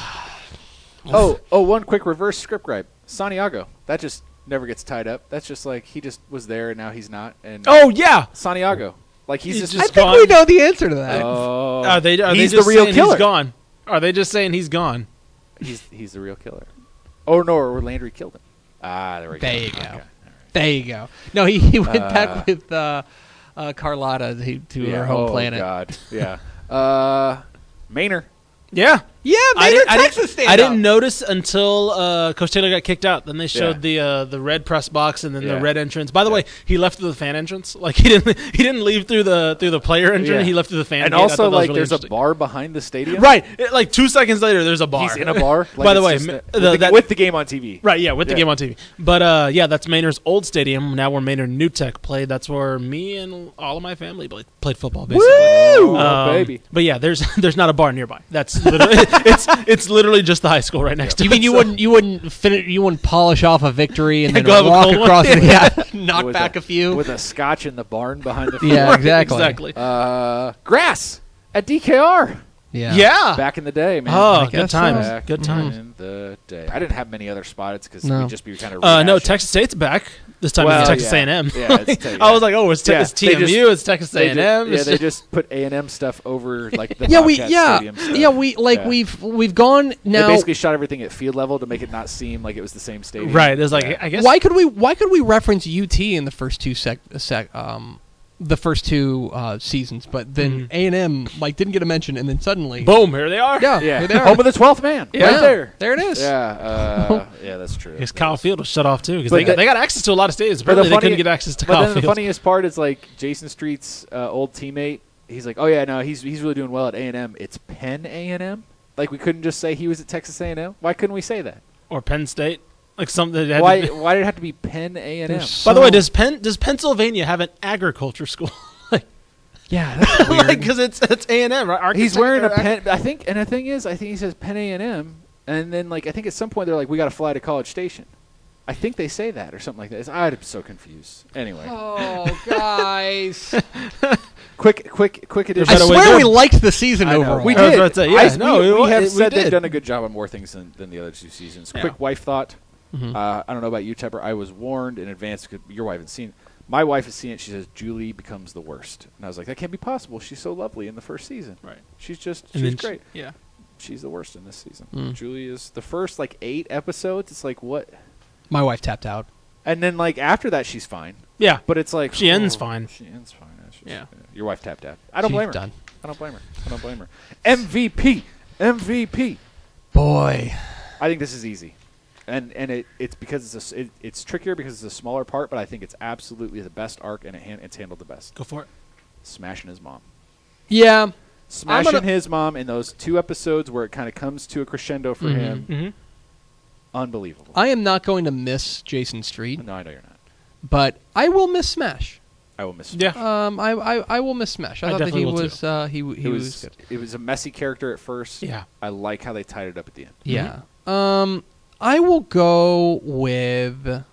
S2: Oh, oh, one quick reverse script gripe. Santiago. That just never gets tied up. That's just like he just was there and now he's not. And
S3: Oh yeah.
S2: Santiago. Like he's
S3: He
S2: just,
S1: I
S3: just-
S1: think
S3: gone.
S1: we know the answer to that.
S2: Oh,
S3: Are they? Are
S2: he's
S3: they just
S2: the real
S3: saying
S2: killer.
S3: He's gone. Are they just saying he's gone?
S2: He's he's the real killer. Oh no, or Landry killed him. Ah, there we go.
S1: There you go.
S2: Okay.
S1: There you go. No, he, he went back with uh, uh, Carlotta to, to her home
S2: oh,
S1: planet.
S3: *laughs*
S2: God. Yeah. Uh, Maynard.
S3: Yeah.
S1: Yeah,
S3: I
S1: Maynard,
S3: didn't, I didn't-
S1: Texas stand
S3: I didn't notice until uh, Coach Taylor got kicked out. Then they showed
S2: Yeah.
S3: the uh, the red press box and then
S2: Yeah.
S3: the red entrance. By the way, he left through the fan entrance. Like he didn't he didn't leave through the through the player entrance.
S2: Yeah.
S3: He left through the fan.
S2: And
S3: gate. I thought
S2: also,
S3: that was
S2: like,
S3: really
S2: there's a
S3: interesting.
S2: bar behind the stadium.
S3: Right, it- like two seconds later, there's a bar.
S2: He's in a bar. Like,
S3: By the
S2: it's
S3: way,
S2: just a-
S3: m- the-
S2: with, the,
S3: that-
S2: with the game on TV.
S3: *laughs* Right, yeah, with the
S2: Yeah.
S3: game on TV. But uh, yeah, that's Maynard's old stadium. Now where Maynard New Tech played. That's where me and all of my family played, played football. Basically.
S2: Woo!
S3: Um,
S2: Oh, baby.
S3: But yeah, there's *laughs* there's not a bar nearby. That's literally *laughs* it's it's literally just the high school right next to.
S1: You mean
S3: it,
S1: you
S3: *laughs* so-
S1: wouldn't you wouldn't finish you wouldn't polish off a victory and
S3: Yeah,
S1: then
S3: go have a
S1: walk
S3: cold one.
S1: across it, yeah, *laughs* knock
S2: With
S1: back a, few.
S2: With a scotch in the barn behind
S3: *laughs*
S2: the
S1: yeah,
S2: field.
S1: exactly.
S3: Exactly.
S2: Uh, grass at DKR.
S1: Yeah.
S3: yeah.
S2: Back in the day, man.
S3: Oh,
S1: I
S3: good
S1: guess so.
S3: times. Mm-hmm.
S2: Back
S3: Good times.
S2: in the day. I didn't have many other spots because
S1: No.
S2: we'd just be kind of.
S3: Uh, no, Texas State's back. This time
S2: Well,
S3: it's Texas
S2: yeah.
S3: A&M.
S2: Yeah,
S3: *laughs*
S2: it's Te-
S3: I was like, oh, it's, te-
S2: Yeah,
S3: it's
S2: they just-
S3: TMU, it's Texas
S2: They
S3: A&M.
S2: did- yeah,
S3: it's
S2: they just put A and M stuff
S1: *laughs*
S2: over like the
S1: Yeah, we
S2: Bobcat
S1: yeah
S2: Stadium stuff.
S1: yeah we like
S2: Yeah.
S1: we've we've gone now.
S2: they basically shot everything at field level to make it not seem like it was the same stadium.
S3: right. It's like
S2: Yeah.
S3: I guess
S1: why could we why could we reference UT in the first two sec, sec um the first two uh, seasons, but then
S2: Mm-hmm.
S1: A and M like didn't get a mention, and then suddenly
S3: boom here they are.
S1: yeah
S2: yeah,
S1: here they are.
S2: home of the twelfth man,
S1: Yeah,
S2: right there.
S1: there it is.
S2: Yeah, uh, yeah, that's true.
S3: Because Kyle Field was shut off too because
S2: But
S3: they, got
S2: the-
S3: they got access to a lot of stadiums.
S2: But the
S3: Apparently they
S2: funny-
S3: couldn't get access to
S2: but
S3: Kyle
S2: then the
S3: Field.
S2: funniest part is like Jason Street's uh, old teammate. He's like, oh yeah, no, he's he's really doing well at A and M. It's Penn A and M. Like we couldn't just say he was at Texas A and M. Why couldn't we say that?
S3: or Penn State, like something. That
S2: Why why did it have to be Penn A and M?
S1: There's
S3: By the way,
S1: so-
S3: does Penn does Pennsylvania have an agriculture school? *laughs*
S1: yeah,
S2: *laughs*
S1: that's weird.
S3: like because it's it's A and M, right?
S2: He's
S3: Architect-
S2: wearing a
S3: or-
S2: Penn. I think, and the thing is, I think he says Penn A and M, and then like I think at some point they're like, we got to fly to College Station. I think they say that or something like that. It's- I'm so confused. Anyway,
S1: oh guys,
S2: *laughs* quick, quick, quick addition.
S1: I
S3: better way to do
S1: swear we
S3: it.
S1: liked the season
S2: I know.
S1: overall.
S2: We
S3: I was
S2: did.
S3: about to say, yeah,
S2: I-
S3: no,
S2: we,
S3: it
S2: we
S3: wa-
S2: have
S3: it- we
S2: said they've
S3: did.
S2: done a good job on more things than, than the other two seasons. Quick wife thought.
S3: Mm-hmm.
S2: Uh, I don't know about you, Tepper. I was warned in advance. 'cause Your wife hasn't seen. it. My wife has seen it. She says Julie becomes the worst, and I was like, that can't be possible. She's so lovely in the first season.
S3: Right.
S2: She's just she's
S3: And then Hmm. she-
S2: great.
S3: Yeah.
S2: she's the worst in this season. Julie is the first like eight episodes. It's like what,
S1: My wife tapped out.
S2: and then like after that she's fine.
S3: Yeah.
S2: But it's like oh,
S3: She ends fine.
S2: She ends fine. That's just-
S3: Yeah.
S2: your wife tapped out. I don't
S1: She's
S2: blame her.
S1: done.
S2: I don't blame her. I don't blame her. MVP, MVP.
S1: Boy,
S2: I think this is easy, and and it, it's because it's a, s- it, it's trickier because it's a smaller part, but I think it's absolutely the best arc and it han- it's handled the best.
S3: Go for it.
S2: Smashing his mom.
S1: yeah, I'm
S2: Smashing
S1: gonna-
S2: his mom in those two episodes where it kind of comes to a crescendo for him.
S3: Mhm.
S2: Unbelievable.
S1: I am not going to miss Jason Street,
S2: no, I know you're not.
S1: but I will miss Smash.
S2: I will miss.
S3: Yeah.
S1: Um, I, I, I will miss Smash. I,
S3: I
S1: thought that he
S3: definitely will, too.
S1: was uh, he w- he
S2: it
S1: was,
S2: was
S1: good.
S2: it was a messy character at first.
S3: Yeah.
S2: I like how they tied it up at the end.
S1: yeah. Um, I will go with.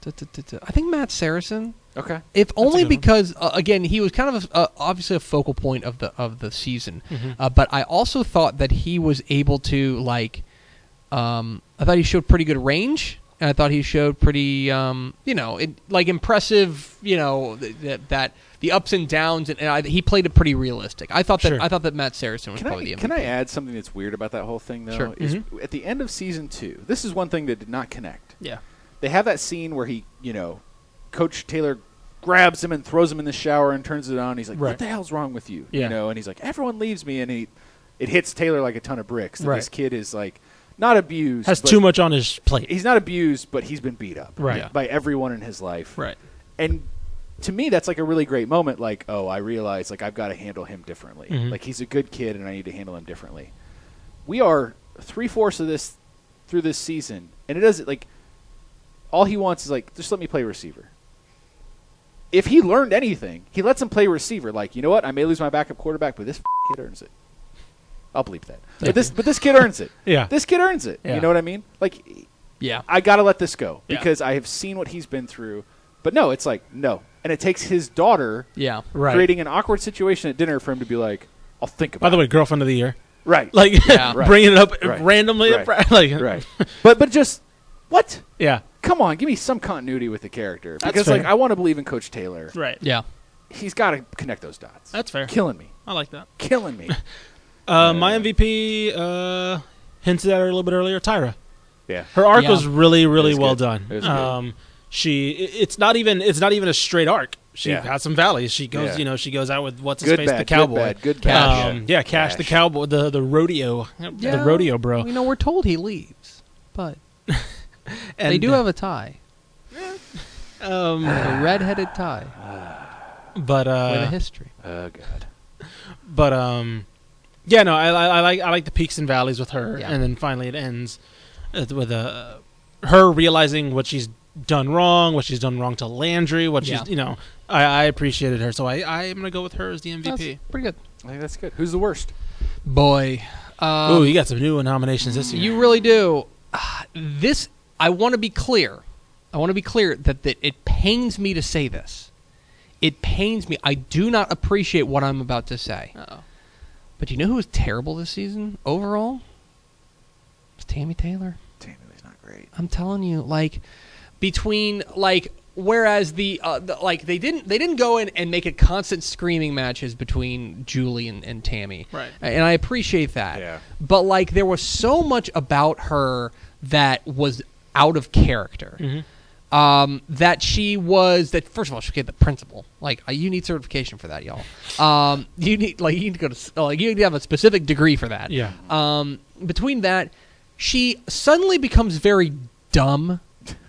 S1: duh, duh, duh, duh. I think Matt Saracen.
S2: Okay.
S1: If only
S3: good one.
S1: because uh, again he was kind of a, uh, obviously a focal point of the of the season, uh, but I also thought that he was able to like, um, I thought he showed pretty good range, and I thought he showed pretty um, you know it, like impressive you know th- that that the ups and downs and, and I, he played it pretty realistic. I thought that
S3: Sure.
S1: I thought that Matt Saracen was
S2: Can
S1: probably
S2: I,
S1: the MVP.
S2: can I add something that's weird about that whole thing though?
S1: Sure.
S2: Is
S3: Mm-hmm.
S2: at the end of season two, this is one thing that did not connect.
S3: Yeah.
S2: They have that scene where he, you know, Coach Taylor grabs him and throws him in the shower and turns it on. He's like,
S3: Right.
S2: "What the hell's wrong with you?"
S3: Yeah.
S2: You know, and he's like, "Everyone leaves me," and he, it hits Taylor like a ton of bricks. That This
S3: Right.
S2: kid is like, not abused,
S3: Has
S2: but-
S3: too much on his plate.
S2: He's not abused, but he's been beat up
S3: Right. Yeah.
S2: by everyone in his life.
S3: Right.
S2: and to me that's like a really great moment like oh i realize like i've got to handle him differently
S3: Mhm.
S2: like he's a good kid and i need to handle him differently we are three-fourths of this through this season and it doesn't like all he wants is like just let me play receiver if he learned anything he lets him play receiver like you know what i may lose my backup quarterback but this kid earns it i'll believe that but this but this kid earns it
S3: *laughs* Yeah.
S2: this kid earns it
S3: Yeah.
S2: you know what i mean like
S1: yeah,
S2: I got to let this go
S3: Yeah.
S2: because I have seen what he's been through. But no, it's like, no. And it takes his daughter
S1: yeah.
S3: Right.
S2: creating an awkward situation at dinner for him to be like, I'll think about
S3: By the way,
S2: it.
S3: girlfriend of the year. *laughs*
S2: Right.
S3: Like *laughs*
S1: Yeah.
S2: Right.
S3: bringing it up
S2: Right.
S3: randomly.
S2: Right.
S3: at fr- *laughs* Like
S2: right. But, but just, what?
S3: Yeah.
S2: Come on, give me some continuity with the character. Because,
S3: fair.
S2: like, I want to believe in Coach Taylor.
S3: Right.
S1: Yeah.
S2: He's got to connect those dots.
S3: That's fair.
S2: Killing me.
S3: I like that.
S2: Killing
S3: *laughs*
S2: me.
S3: Uh, my MVP uh, hinted at her a little bit earlier. Tyra.
S2: Yeah.
S3: Her arc
S1: Yeah.
S3: was really, really
S2: was
S3: well
S2: good. It was
S3: done.
S2: good.
S3: Um, she i- it's not even it's not even a straight arc. She
S2: Yeah.
S3: has some valleys. She goes,
S2: Yeah.
S3: you know, she goes out with what's his
S2: Good
S3: face,
S2: bad,
S3: the
S2: good
S3: cowboy.
S2: bad, good bad.
S3: Um,
S2: Yeah.
S3: yeah, Cash, the
S2: Cash.
S3: cowboy, the the rodeo, the rodeo bro.
S1: You know, we're told he leaves, but
S3: And
S1: they do have a tie,
S3: um,
S1: a red-headed tie
S3: but
S1: with a
S3: uh,
S1: history.
S2: Oh god.
S3: but um, yeah, no, I, I, I like I like the peaks and valleys with her,
S1: Yeah.
S3: and then finally it ends uh, with a her realizing what she's done wrong, what she's done wrong to Landry, what
S1: Yeah.
S3: she's you know. I, I appreciated her, so I I am gonna go with her as the
S1: That's
S3: MVP.
S1: pretty good,
S2: I think that's good. Who's the worst?
S1: boy. Um,
S3: Ooh, you got some new nominations this year.
S1: You really do. Ah, This I want to be clear. I want to be clear that, that it pains me to say this. It pains me. I do not appreciate what I'm about to say.
S3: Uh-oh.
S1: But you know who was terrible this season overall? It's Tammy Taylor.
S2: Damn, he's not great.
S1: I'm telling you, like between like whereas the, uh, the like they didn't they didn't go in and make it constant screaming matches between Julie and, and Tammy.
S3: Right.
S1: And I appreciate that.
S2: Yeah.
S1: But like there was so much about her that was out of character.
S3: Mm-hmm.
S1: Um, that she was that first of all she became the principal. Like uh, you need certification for that, y'all. Um, you need like you need to go to s- like you need to have a specific degree for that
S3: Yeah.
S1: um, between that, she suddenly becomes very dumb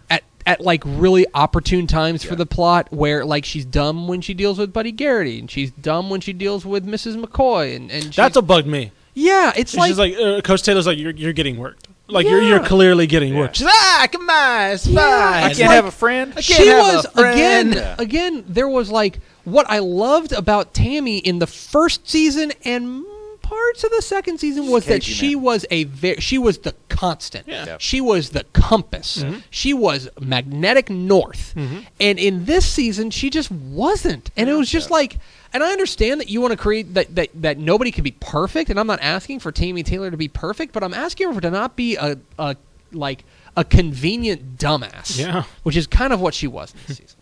S1: at at like really opportune times for the plot. Where like she's dumb when she deals with Buddy Garrity, and she's dumb when she deals with Mrs. McCoy, and and she's,
S3: That's what bugged me.
S1: yeah, it's
S3: She's
S1: like,
S3: just like uh, Coach Taylor's like you're you're getting worked. Like you're
S1: Yeah.
S3: you're clearly getting
S2: Yeah.
S3: worked. She's like, ah, come on, it's fine.
S2: I
S1: It's
S2: can't
S1: like-
S2: have a friend.
S1: she was again
S2: Yeah.
S1: again. There was like what I loved about Tammy in the first season and. Parts of the second season was that
S2: cagey,
S1: she
S2: man.
S1: was a ve- she was the constant.
S3: Yeah. Yep.
S1: She was the compass.
S2: Mm-hmm.
S1: She was magnetic north. And in this season, she just wasn't. And it was just like, and I understand that you want to create that, that that nobody can be perfect. And I'm not asking for Tammy Taylor to be perfect, but I'm asking her to not be a, a like a convenient dumbass.
S3: Yeah.
S1: Which is kind of what she was in this season.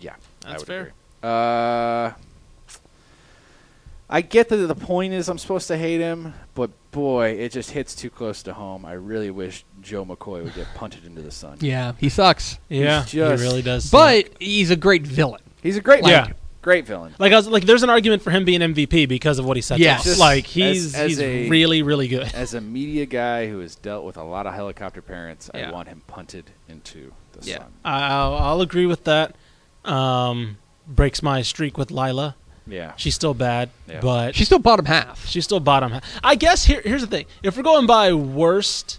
S2: Yeah, I
S3: That's
S2: would
S3: fair.
S2: Agree. Uh, I get that the point is I'm supposed to hate him, but boy, it just hits too close to home. I really wish Joe McCoy would get punted into the sun.
S1: Yeah, he sucks.
S3: Yeah,
S2: He's just-
S3: he really does.
S1: But he's a great villain.
S2: He's a great,
S3: Yeah.
S2: villain. great villain.
S3: like I was like, there's an argument for him being MVP because of what he sets
S1: Yes.
S3: off.
S1: Just
S3: Like he's
S2: as- as
S3: he's
S2: a-
S3: really really good.
S2: As a media guy who has dealt with a lot of helicopter parents,
S1: Yeah.
S2: I want him punted into the
S1: Yeah.
S2: sun.
S3: I- I'll, I'll agree with that. Um, breaks my streak with Lila.
S2: Yeah,
S3: She's still bad,
S2: Yeah.
S3: but
S1: She's still bottom half.
S3: She's still bottom. ha- I guess here. Here's the thing. If we're going by worst,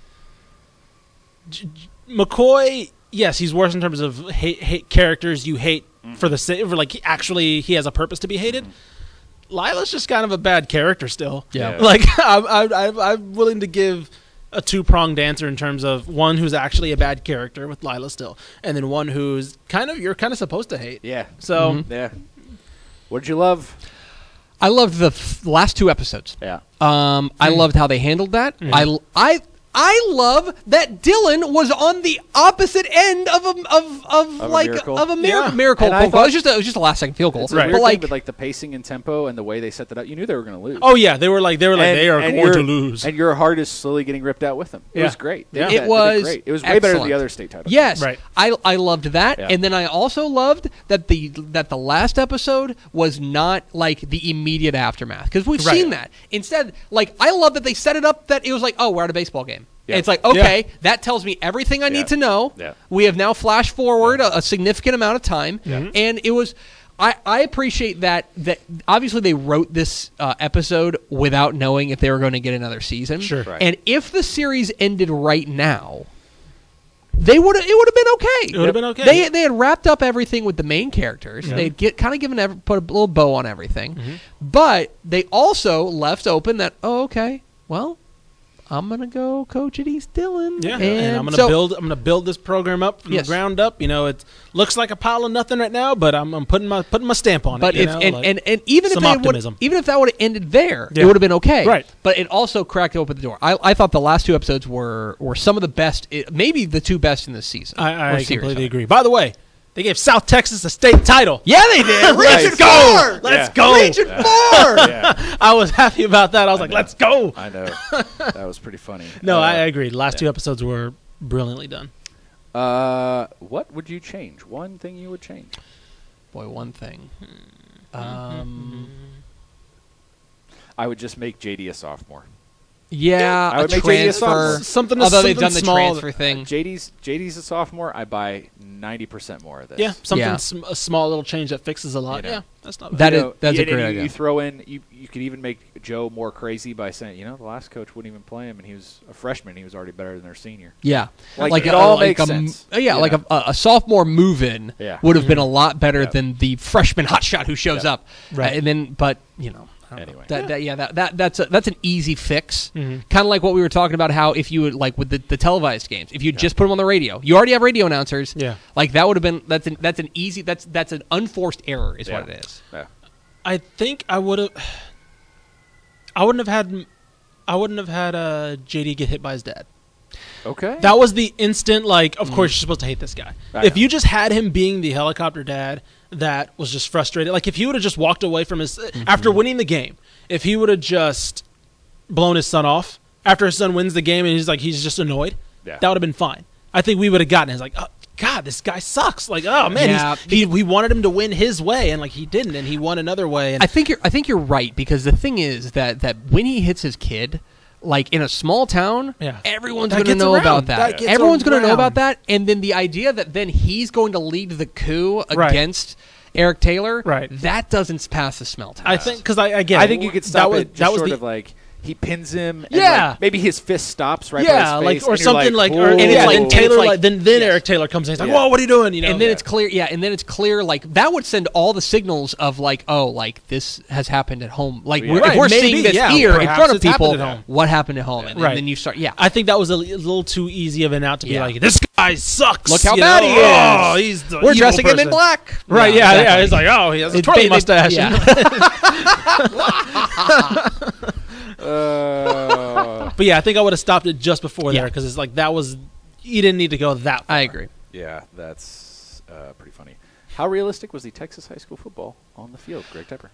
S3: J- J- McCoy. Yes, he's worse in terms of hate, hate characters you hate
S2: Mm.
S3: for the sake. For like, he actually, he has a purpose to be hated. Lila's just kind of a bad character still.
S2: Yeah. Yeah.
S3: Like *laughs* I'm, I'm, I'm, I'm willing to give a two pronged answer in terms of one who's actually a bad character with Lila still, and then one who's kind of you're kind of supposed to hate.
S2: yeah,
S3: So
S2: yeah. What did you love?
S1: I loved the f- last two episodes.
S2: Yeah,
S1: Um, I loved how they handled that. I, I, I love that Dylan was on the opposite end of a, of, of,
S2: Of a
S1: like
S2: miracle.
S1: of a mir-
S3: Yeah.
S1: miracle.
S2: And I
S1: field goal.
S2: thought-
S1: it was just a, it was just a last second field goal.
S2: it's a
S3: Right.
S2: weird
S1: But
S2: thing,
S1: like,
S2: but like the pacing and tempo and the way they set that up, you knew they were going to lose.
S3: Oh yeah, they were like they were like
S2: And-
S3: they are
S2: and
S3: going to
S2: your-
S3: lose.
S2: And your heart is slowly getting ripped out with them. It
S3: Yeah.
S2: was great. They
S3: Yeah.
S2: did
S1: It
S2: that. They did
S1: was
S2: great. It was way better than
S1: excellent.
S2: the other state title.
S1: yes,
S3: Right.
S1: I I loved that,
S2: Yeah.
S1: and then I also loved that the that the last episode was not like the immediate aftermath because we've
S3: Right.
S1: seen that. Instead, like I love that they set it up that it was like, oh, we're at a baseball game.
S2: Yeah.
S1: It's like okay, that tells me everything I
S2: Yeah.
S1: need to know.
S2: Yeah.
S1: We have now flashed forward a, a significant amount of time,
S3: Mm-hmm.
S1: and it was. I, I appreciate that. That obviously they wrote this uh, episode without knowing if they were going to get another season.
S3: Sure.
S2: Right.
S1: And if the series ended right now, they would it would have been okay.
S3: It would've been okay.
S1: They they had wrapped up everything with the main characters. They'd get kind of given every, put a little bow on everything,
S3: Mm-hmm.
S1: but they also left open that oh okay well. I'm gonna go coach at East Dillon.
S3: Yeah, and,
S1: and,
S3: I'm gonna
S1: so-
S3: build. I'm gonna build this program up from
S1: Yes.
S3: the ground up. You know, it looks like a pile of nothing right now, but I'm, I'm putting my putting my stamp on
S1: But
S3: it. you
S1: if
S3: know,
S1: and,
S3: like-
S1: and, and even if
S3: some
S1: they would
S3: optimism.
S1: even if that would have ended there, it
S3: Yeah.
S1: would have been okay.
S3: Right.
S1: But it also cracked open the door. I, I thought the last two episodes were were some of the best, i- maybe the two best in this season.
S3: I,
S1: or
S3: I
S1: series,
S3: completely
S1: mean.
S3: agree. By the way, they gave South Texas a state title. *laughs*
S1: Yeah,
S2: *laughs*
S1: they did.
S2: Nice.
S1: Region four.
S3: Let's
S2: Yeah.
S3: go.
S1: Region four.
S2: *laughs* Yeah,
S3: I was happy about that. I was like,
S2: know.
S1: *laughs*
S3: let's go.
S2: I know. That was pretty funny.
S3: No,
S2: Uh,
S3: I agree. The last two episodes were brilliantly done.
S2: Uh, what would you change? One thing you would change.
S1: Boy, one thing. Mm-hmm.
S3: Um,
S2: I would just make JD a sophomore.
S1: Yeah,
S2: I
S1: a
S2: would make JD a sophomore.
S1: transfer.
S2: S-
S3: something.
S1: Although they've done the
S3: small
S1: transfer thing.
S2: JD's JD's a sophomore. I buy ninety percent more of this.
S3: Yeah, something
S1: Yeah.
S3: Sm- a small little change that fixes a lot.
S2: You know.
S3: Yeah, that's not bad.
S1: That
S2: You
S1: is-
S2: know,
S1: that's a
S2: and- and
S1: great
S2: you-
S1: idea.
S2: You throw in you you could even make Joe more crazy by saying you know the last coach wouldn't even play him and he was a freshman he was already better than their senior.
S1: Yeah,
S2: Like, it all makes
S1: a, uh,
S2: sense.
S1: Yeah, like
S2: Yeah.
S1: a, a sophomore move-in
S2: Yeah.
S1: would have been a lot better
S2: Yeah.
S1: than the freshman hotshot who shows
S2: Yeah.
S1: up.
S3: Mm-hmm. Right.
S1: Uh, and then, but you know, I don't know.
S2: Anyway.
S1: that, that yeah, that, that that's a, that's an easy fix.
S3: Mhm.
S1: Kind of like what we were talking about, how if you would like with the, the televised games, if you just put them on the radio, you already have radio announcers.
S3: Yeah.
S1: like that would have been that's an that's an easy that's that's an unforced error is what
S2: Yeah.
S1: it is.
S2: Yeah.
S3: I think I would have. I wouldn't have had. I wouldn't have had uh, JD get hit by his dad.
S2: Okay.
S3: That was the instant. Like, of course, you're supposed to hate this guy.
S2: Mm. I
S3: if
S2: know.
S3: you just had him being the helicopter dad that was just frustrated, like if he would have just walked away from his
S2: Mm-hmm.
S3: after winning the game, if he would have just blown his son off after his son wins the game and he's like he's just annoyed,
S2: Yeah.
S3: that would have been fine. I think we would have gotten it. It's like, oh, God, this guy sucks. Like, oh man,
S1: Yeah.
S3: he's, he we wanted him to win his way and like he didn't, and he won another way. And
S1: I think you're I think you're right because the thing is that that when he hits his kid, like in a small town,
S3: Yeah.
S1: everyone's
S3: That
S1: going to
S3: gets
S1: know
S3: around.
S1: about
S3: That
S1: that.
S3: gets
S1: everyone's going to know
S3: around.
S1: about that, and then the idea that then he's going to lead the coup
S3: Right.
S1: against Eric Taylor,
S3: Right.
S1: That doesn't pass the smell test.
S3: I think because I again,
S2: I think you could stop
S3: that was,
S2: it. Just
S3: that was
S2: sort
S3: the
S2: of like he pins him. And
S3: Yeah.
S2: like, maybe his fist stops right.
S3: yeah,
S2: by his face,
S3: like or
S2: and you're
S3: something like, or,
S2: "Whoa."
S3: and it's
S1: Yeah,
S3: like
S1: and
S3: Taylor,
S1: it's
S3: like,
S1: like-
S3: then then
S1: yes.
S3: Eric Taylor comes in, he's like,
S2: Yeah.
S3: whoa, what are you doing? You know,
S1: and then
S2: Yeah.
S1: it's clear, yeah. And then it's clear, like that would send all the signals of like, oh, like this has happened at home. Like
S2: Yeah.
S1: we're- if
S3: Right,
S1: we're
S3: maybe,
S1: seeing this
S3: yeah,
S1: here in
S3: perhaps
S1: front of
S3: it's happened
S1: people,
S3: at home.
S1: what happened at home? And,
S3: Right.
S1: then you start, yeah.
S3: I think that was a, li- a little too easy of an out to be
S1: Yeah.
S3: like, this guy sucks.
S1: Look how
S3: you
S1: bad
S3: know?
S1: he is.
S3: Oh, he's the
S1: we're
S3: evil
S1: dressing him in
S3: person."
S1: black,
S3: Right? Yeah, yeah.
S1: exactly.
S3: He's like, oh, he has a
S1: It-
S3: twirly
S1: they- they-
S3: mustache.
S1: yeah.
S2: *laughs* Uh,
S3: *laughs* but yeah, I think I would have stopped it just before
S1: Yeah.
S3: there because it's like that was you didn't need to go that. Far.
S1: I agree.
S2: yeah, that's uh, pretty funny. How realistic was the Texas high school football on the field, Greg Tepper?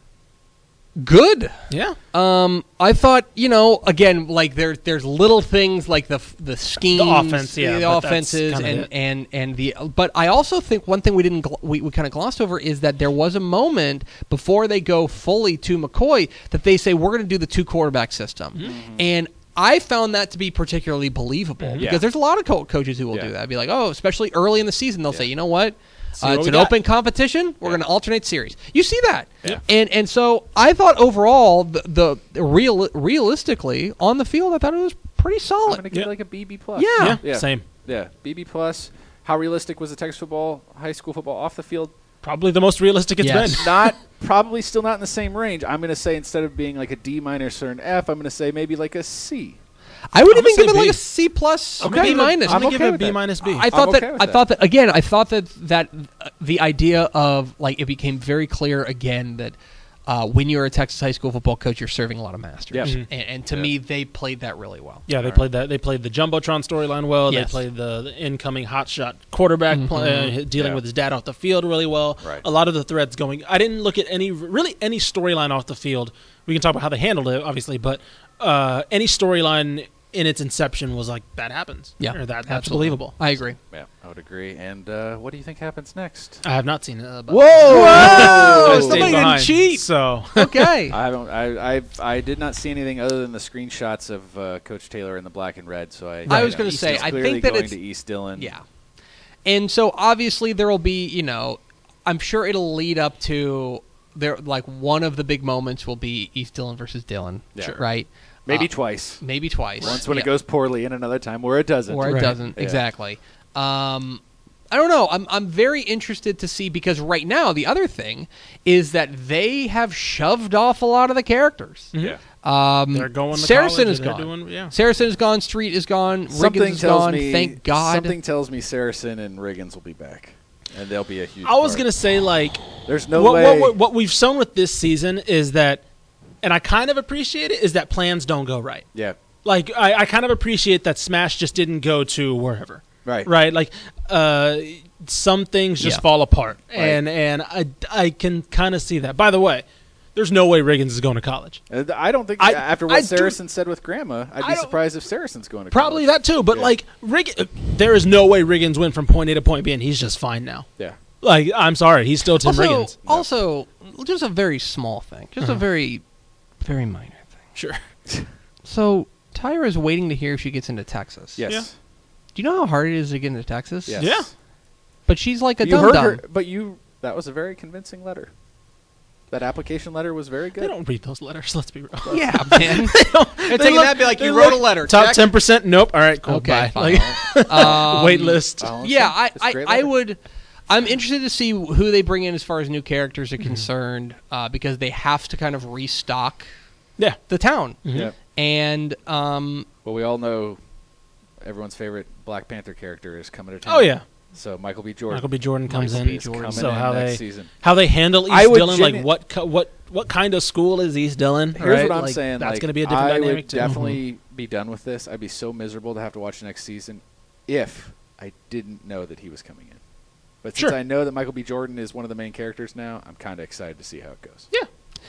S1: Good.
S3: Yeah,
S1: Um, I thought, you know, again, like there, there's little things like the f- the schemes,
S3: offense, yeah,
S1: the,
S3: but that's
S1: offenses,
S3: kinda
S1: and,
S3: it.
S1: and and the. But I also think one thing we didn't gl- we, we kind of glossed over is that there was a moment before they go fully to McCoy that they say we're going to do the two quarterback system,
S3: Mm-hmm.
S1: and. I found that to be particularly believable because
S2: Yeah.
S1: there's a lot of co- coaches who will
S2: Yeah.
S1: do that. Be like, oh, especially early in the season, they'll say, you know what,
S3: See
S1: uh,
S3: what
S1: it's
S3: we
S1: an
S3: got."
S1: open competition. We're
S2: Yeah.
S1: going to alternate series. You see that,
S2: Yeah.
S1: and and so I thought overall the, the real realistically on the field I thought it was pretty
S2: I'm
S1: solid.
S2: gonna give
S3: Yeah.
S2: it like a BB plus.
S1: Yeah.
S3: yeah, same.
S2: Yeah, BB plus. How realistic was the Texas football, high school football off the field?
S3: Probably the most realistic it's
S1: Yes.
S3: been.
S2: Not *laughs* probably still not in the same range. I'm gonna say instead of being like a D minus or an F, I'm gonna say maybe like a C.
S1: I would
S3: I'm
S1: even give
S3: gonna
S1: it
S3: say
S1: like
S3: B.
S1: a C plus
S2: I'm
S1: or
S2: gonna
S1: B
S2: give it-
S1: minus.
S3: I'm
S2: I'm
S3: gonna give
S2: okay
S3: it
S2: with
S3: B
S2: that.
S3: minus B.
S1: I thought
S2: I'm
S1: that
S2: okay with
S1: I
S2: that.
S1: thought that again. I thought that that uh, the idea of like it became very clear again that uh, when you're a Texas high school football coach, you're serving a lot of masters.
S2: Yep.
S1: And, and to me, they played that really well.
S3: Yeah, they played that. They played the jumbotron storyline well.
S1: Yes.
S3: They played the, the incoming hotshot quarterback play, uh, dealing
S2: Yeah.
S3: with his dad off the field really well.
S2: Right.
S3: A lot of the threads going. I didn't look at any really any storyline off the field. We can talk about how they handled it, obviously, but uh, any storyline in its inception was like that happens.
S1: Yeah,
S3: or that, that's
S1: absolutely.
S3: believable.
S1: I agree.
S2: Yeah, I would agree. And uh, what do you think happens next?
S3: I have not seen it. Uh, but
S2: Oh! Whoa!
S3: I stayed behind, So
S1: Mm-hmm. *laughs* Okay.
S2: I don't. I, I I did not see anything other than the screenshots of uh, Coach Taylor in the black and red. So I.
S1: I
S2: you
S1: was
S2: know,
S1: gonna
S2: he's
S1: say, I
S2: clearly
S1: think that
S2: going
S1: it's-
S2: to East Dillon.
S1: Yeah. And so obviously there will be, you know, I'm sure it'll lead up to there like one of the big moments will be East Dillon versus Dillon,
S2: Yeah. Sure.
S1: right?
S2: maybe
S1: Uh,
S2: twice.
S1: maybe twice.
S2: Once when
S1: Yeah.
S2: it goes poorly, and another time where it doesn't.
S1: or it
S3: Right.
S1: doesn't
S2: Yeah.
S1: exactly. Um, I don't know. I'm I'm very interested to see because right now the other thing is that they have shoved off a lot of the characters.
S2: Yeah.
S1: Um,
S3: Hmm. they're going. To
S1: Saracen
S3: college
S1: is
S3: and they're
S1: gone.
S3: Doing, yeah.
S1: Saracen is gone. Street is gone. Riggins
S2: Something
S1: is
S2: tells
S1: gone.
S2: me.
S1: Thank God.
S2: Something tells me Saracen and Riggins will be back, and they'll be a huge.
S3: I was
S2: part.
S3: gonna say like
S2: There's no
S3: what,
S2: way.
S3: What, what, what we've shown with this season is that, and I kind of appreciate it, is that plans don't go right.
S2: yeah.
S3: Like I, I kind of appreciate that Smash just didn't go to wherever.
S2: Right.
S3: Right. Like uh, some things just
S1: Yeah.
S3: fall apart, and and I I can kind of see that. By the way, There's no way Riggins is going to college.
S2: Uh, th- I don't think
S3: I-
S2: after
S3: I
S2: what
S3: do-
S2: Saracen said with Grandma, I'd
S3: I
S2: be
S3: don't-
S2: surprised if Saracen's going to
S3: Probably
S2: college.
S3: that too, but
S2: Yeah.
S3: like Rig- uh, there is no way Riggins went from point A to point B, and he's just fine now.
S2: Yeah.
S3: Like I'm sorry, he's still Tim
S1: also,
S3: Riggins.
S1: also, just a very small thing, just a very, very minor thing.
S3: Sure.
S1: So Tyra is waiting to hear if she gets into Texas.
S2: Yes.
S3: Yeah.
S1: Do you know how hard it is to get into Texas?
S2: Yes.
S3: Yeah.
S1: But she's like a
S2: you heard
S1: dumb
S2: her,
S1: dumb.
S2: but you that was a very convincing letter. That application letter was very
S3: They
S2: good.
S3: don't read those letters. Let's be real.
S1: Yeah, *laughs* man.
S3: They
S1: and taking
S3: look-
S1: that, be like,
S3: they
S1: you wrote
S3: look-
S1: a *laughs* letter.
S3: Top
S1: check.
S3: ten percent. Nope. All right. Cool.
S1: Okay,
S3: bye.
S1: fine.
S3: Like,
S2: Um,
S3: wait list.
S2: Balancing.
S1: Um, Yeah, I,
S2: It's a
S1: I,
S2: great
S1: I
S2: letter.
S1: would. I'm interested to see who they bring in as far as new characters are concerned, uh, because they have to kind of restock
S3: *laughs* Yeah.
S1: the town.
S2: Yeah.
S1: And um,
S2: Well, we all know everyone's favorite Black Panther character is coming to town.
S3: Oh yeah.
S2: So Michael B. Jordan.
S3: Michael B. Jordan comes
S1: Michael B.
S3: in.
S2: is coming
S3: So
S2: in
S3: how
S2: next
S3: they
S2: season.
S3: how they handle
S2: I
S3: East
S2: would
S3: Dillon,
S2: genu-
S3: like what co- what what kind of school is East Dillon?
S2: Here's
S3: right?
S2: what I'm
S3: Like,
S2: saying.
S3: That's
S2: like,
S3: going to be a different
S2: I
S3: dynamic
S2: would
S3: too.
S2: definitely be done with this. I'd be so miserable to have to watch next season if I didn't know that he was coming in. But since
S3: Sure.
S2: I know that Michael B. Jordan is one of the main characters now, I'm kind of excited to see how it goes.
S3: Mm-hmm.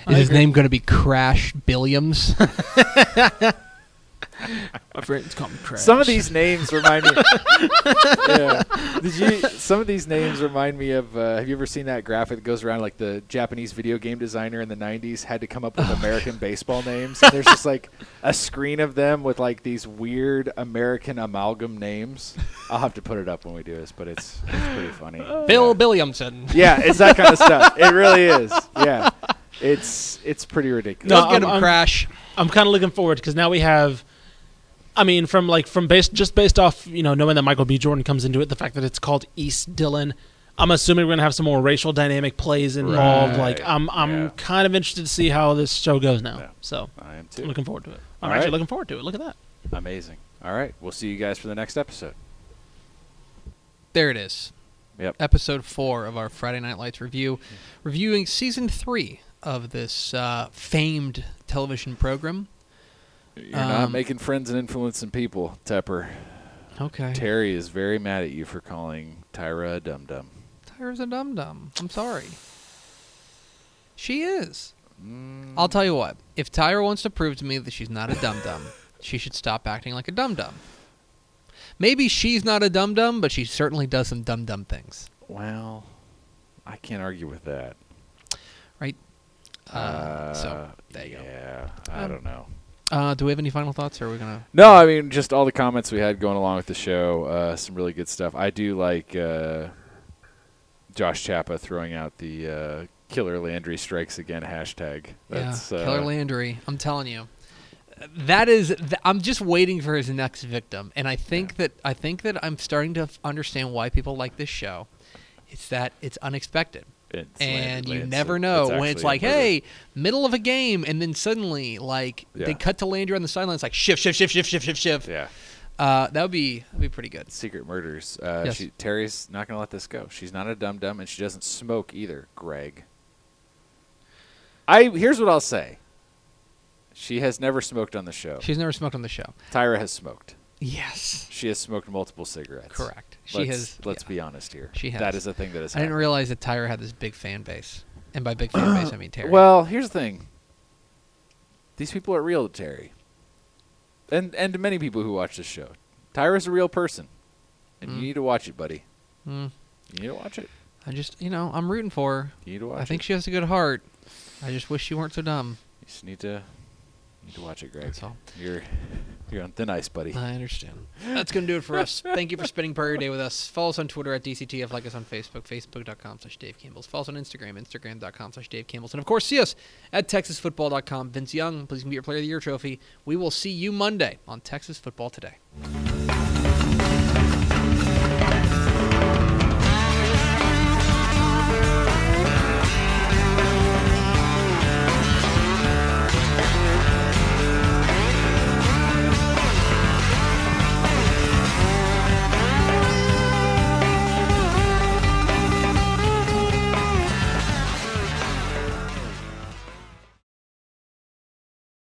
S3: Yeah.
S1: is his name going to be Crash Billiams?
S3: My friends call me Crash.
S2: Some of these names remind *laughs* me. yeah. Did you? Some of these names remind me of. Uh, have you ever seen that graphic that goes around like the Japanese video game designer in the '90s had to come up with American baseball names? And there's just like a screen of them with like these weird American amalgam names. I'll have to put it up when we do this, but it's it's pretty funny.
S1: Bill
S2: yeah.
S1: Billiamson.
S2: Yeah, it's that kind of stuff. It really is. Yeah, it's it's pretty ridiculous.
S3: No,
S1: Let's get
S3: I'm-
S1: him,
S3: I'm-
S1: Crash.
S3: I'm kind of looking forward because now we have. I mean, from like from based just based off you know knowing that Michael B. Jordan comes into it, the fact that it's called East Dillon, I'm assuming we're gonna have some more racial dynamic plays involved. Like,
S2: Right,
S3: I'm I'm
S2: yeah.
S3: kind of interested to see how this show goes now.
S2: Yeah.
S3: So,
S2: I am
S3: I'm
S2: too.
S3: looking forward to it. I'm
S2: All
S3: actually
S2: right.
S3: looking forward to it. Look at that.
S2: Amazing. All right, we'll see you guys for the next episode.
S1: There it is.
S2: Yep.
S1: Episode four of our Friday Night Lights review, reviewing season three of this uh, famed television program.
S2: You're not
S1: Um,
S2: making friends and influencing people, Tepper.
S1: Okay.
S2: Terry is very mad at you for calling Tyra a dum dum.
S1: Tyra's a dum dum. I'm sorry. She is. I'll tell you what. If Tyra wants to prove to me that she's not a dum dum, she should stop acting like a dum dum. Maybe she's not a dum dum, but she certainly does some dum dum things,
S2: Well, I can't argue with that.
S1: right? Uh, so there you
S2: Yeah, I
S1: Um,
S2: don't know.
S1: go. Uh, do we have any final thoughts? Or are we gonna?
S2: No, I mean just all the comments we had going along with the show. Uh, some really good stuff. I do like uh, Josh Chapa throwing out the uh, "Killer Landry strikes again" hashtag. That's
S1: yeah,
S2: uh,
S1: Killer Landry. I'm telling you, that is. Th- I'm just waiting for his next victim, and I think that I think that I'm starting to f- understand why people like this show. It's that it's unexpected.
S2: it's
S1: and
S2: Landry
S1: you
S2: Lance.
S1: never know when it's
S2: actually
S1: like,
S2: a murder.
S1: hey, middle of a game, and then suddenly, like,
S2: Yeah.
S1: they cut to Landry on the sidelines, like, shift, shift, shift, shift, shift, shift, shift.
S2: yeah.
S1: Uh, that would be that'd be pretty good.
S2: secret murders. Uh,
S1: Yes.
S2: she, Terry's not going to let this go. She's not a dum dum, and she doesn't smoke either. Greg. I here's what I'll say. She has never smoked on the show.
S1: She's never smoked on the show.
S2: Tyra has smoked.
S1: Yes,
S2: She has smoked multiple cigarettes.
S1: correct. She
S2: let's,
S1: has.
S2: Let's
S1: yeah.
S2: be honest here.
S1: She has.
S2: That is a thing that is.
S1: I didn't
S2: happening.
S1: realize that Tyra had this big fan base, and by big fan
S2: *clears throat*
S1: base, I mean Terry.
S2: Well, here's the thing. These people are real to Terry, and and to many people who watch this show. Tyra's a real person, and you need to watch it, buddy.
S1: Mm.
S2: You need to watch it.
S1: I just, you know, I'm rooting for her.
S2: You need to watch.
S1: I think
S2: it.
S1: she has a good heart. I just wish she weren't so dumb.
S2: You just need to need to watch it, Greg.
S1: That's all.
S2: You're you're on thin ice, buddy.
S1: I understand. *laughs* That's going to do it for us. Thank you for spending part of your day with us. Follow us on Twitter at DCTF. Like us on Facebook, facebook.com slash Dave Campbell's. Follow us on Instagram, instagram.com slash Dave Campbell's. And, of course, see us at texasfootball.com. Vince Young, please meet your Player of the Year trophy. We will see you Monday on Texas Football Today.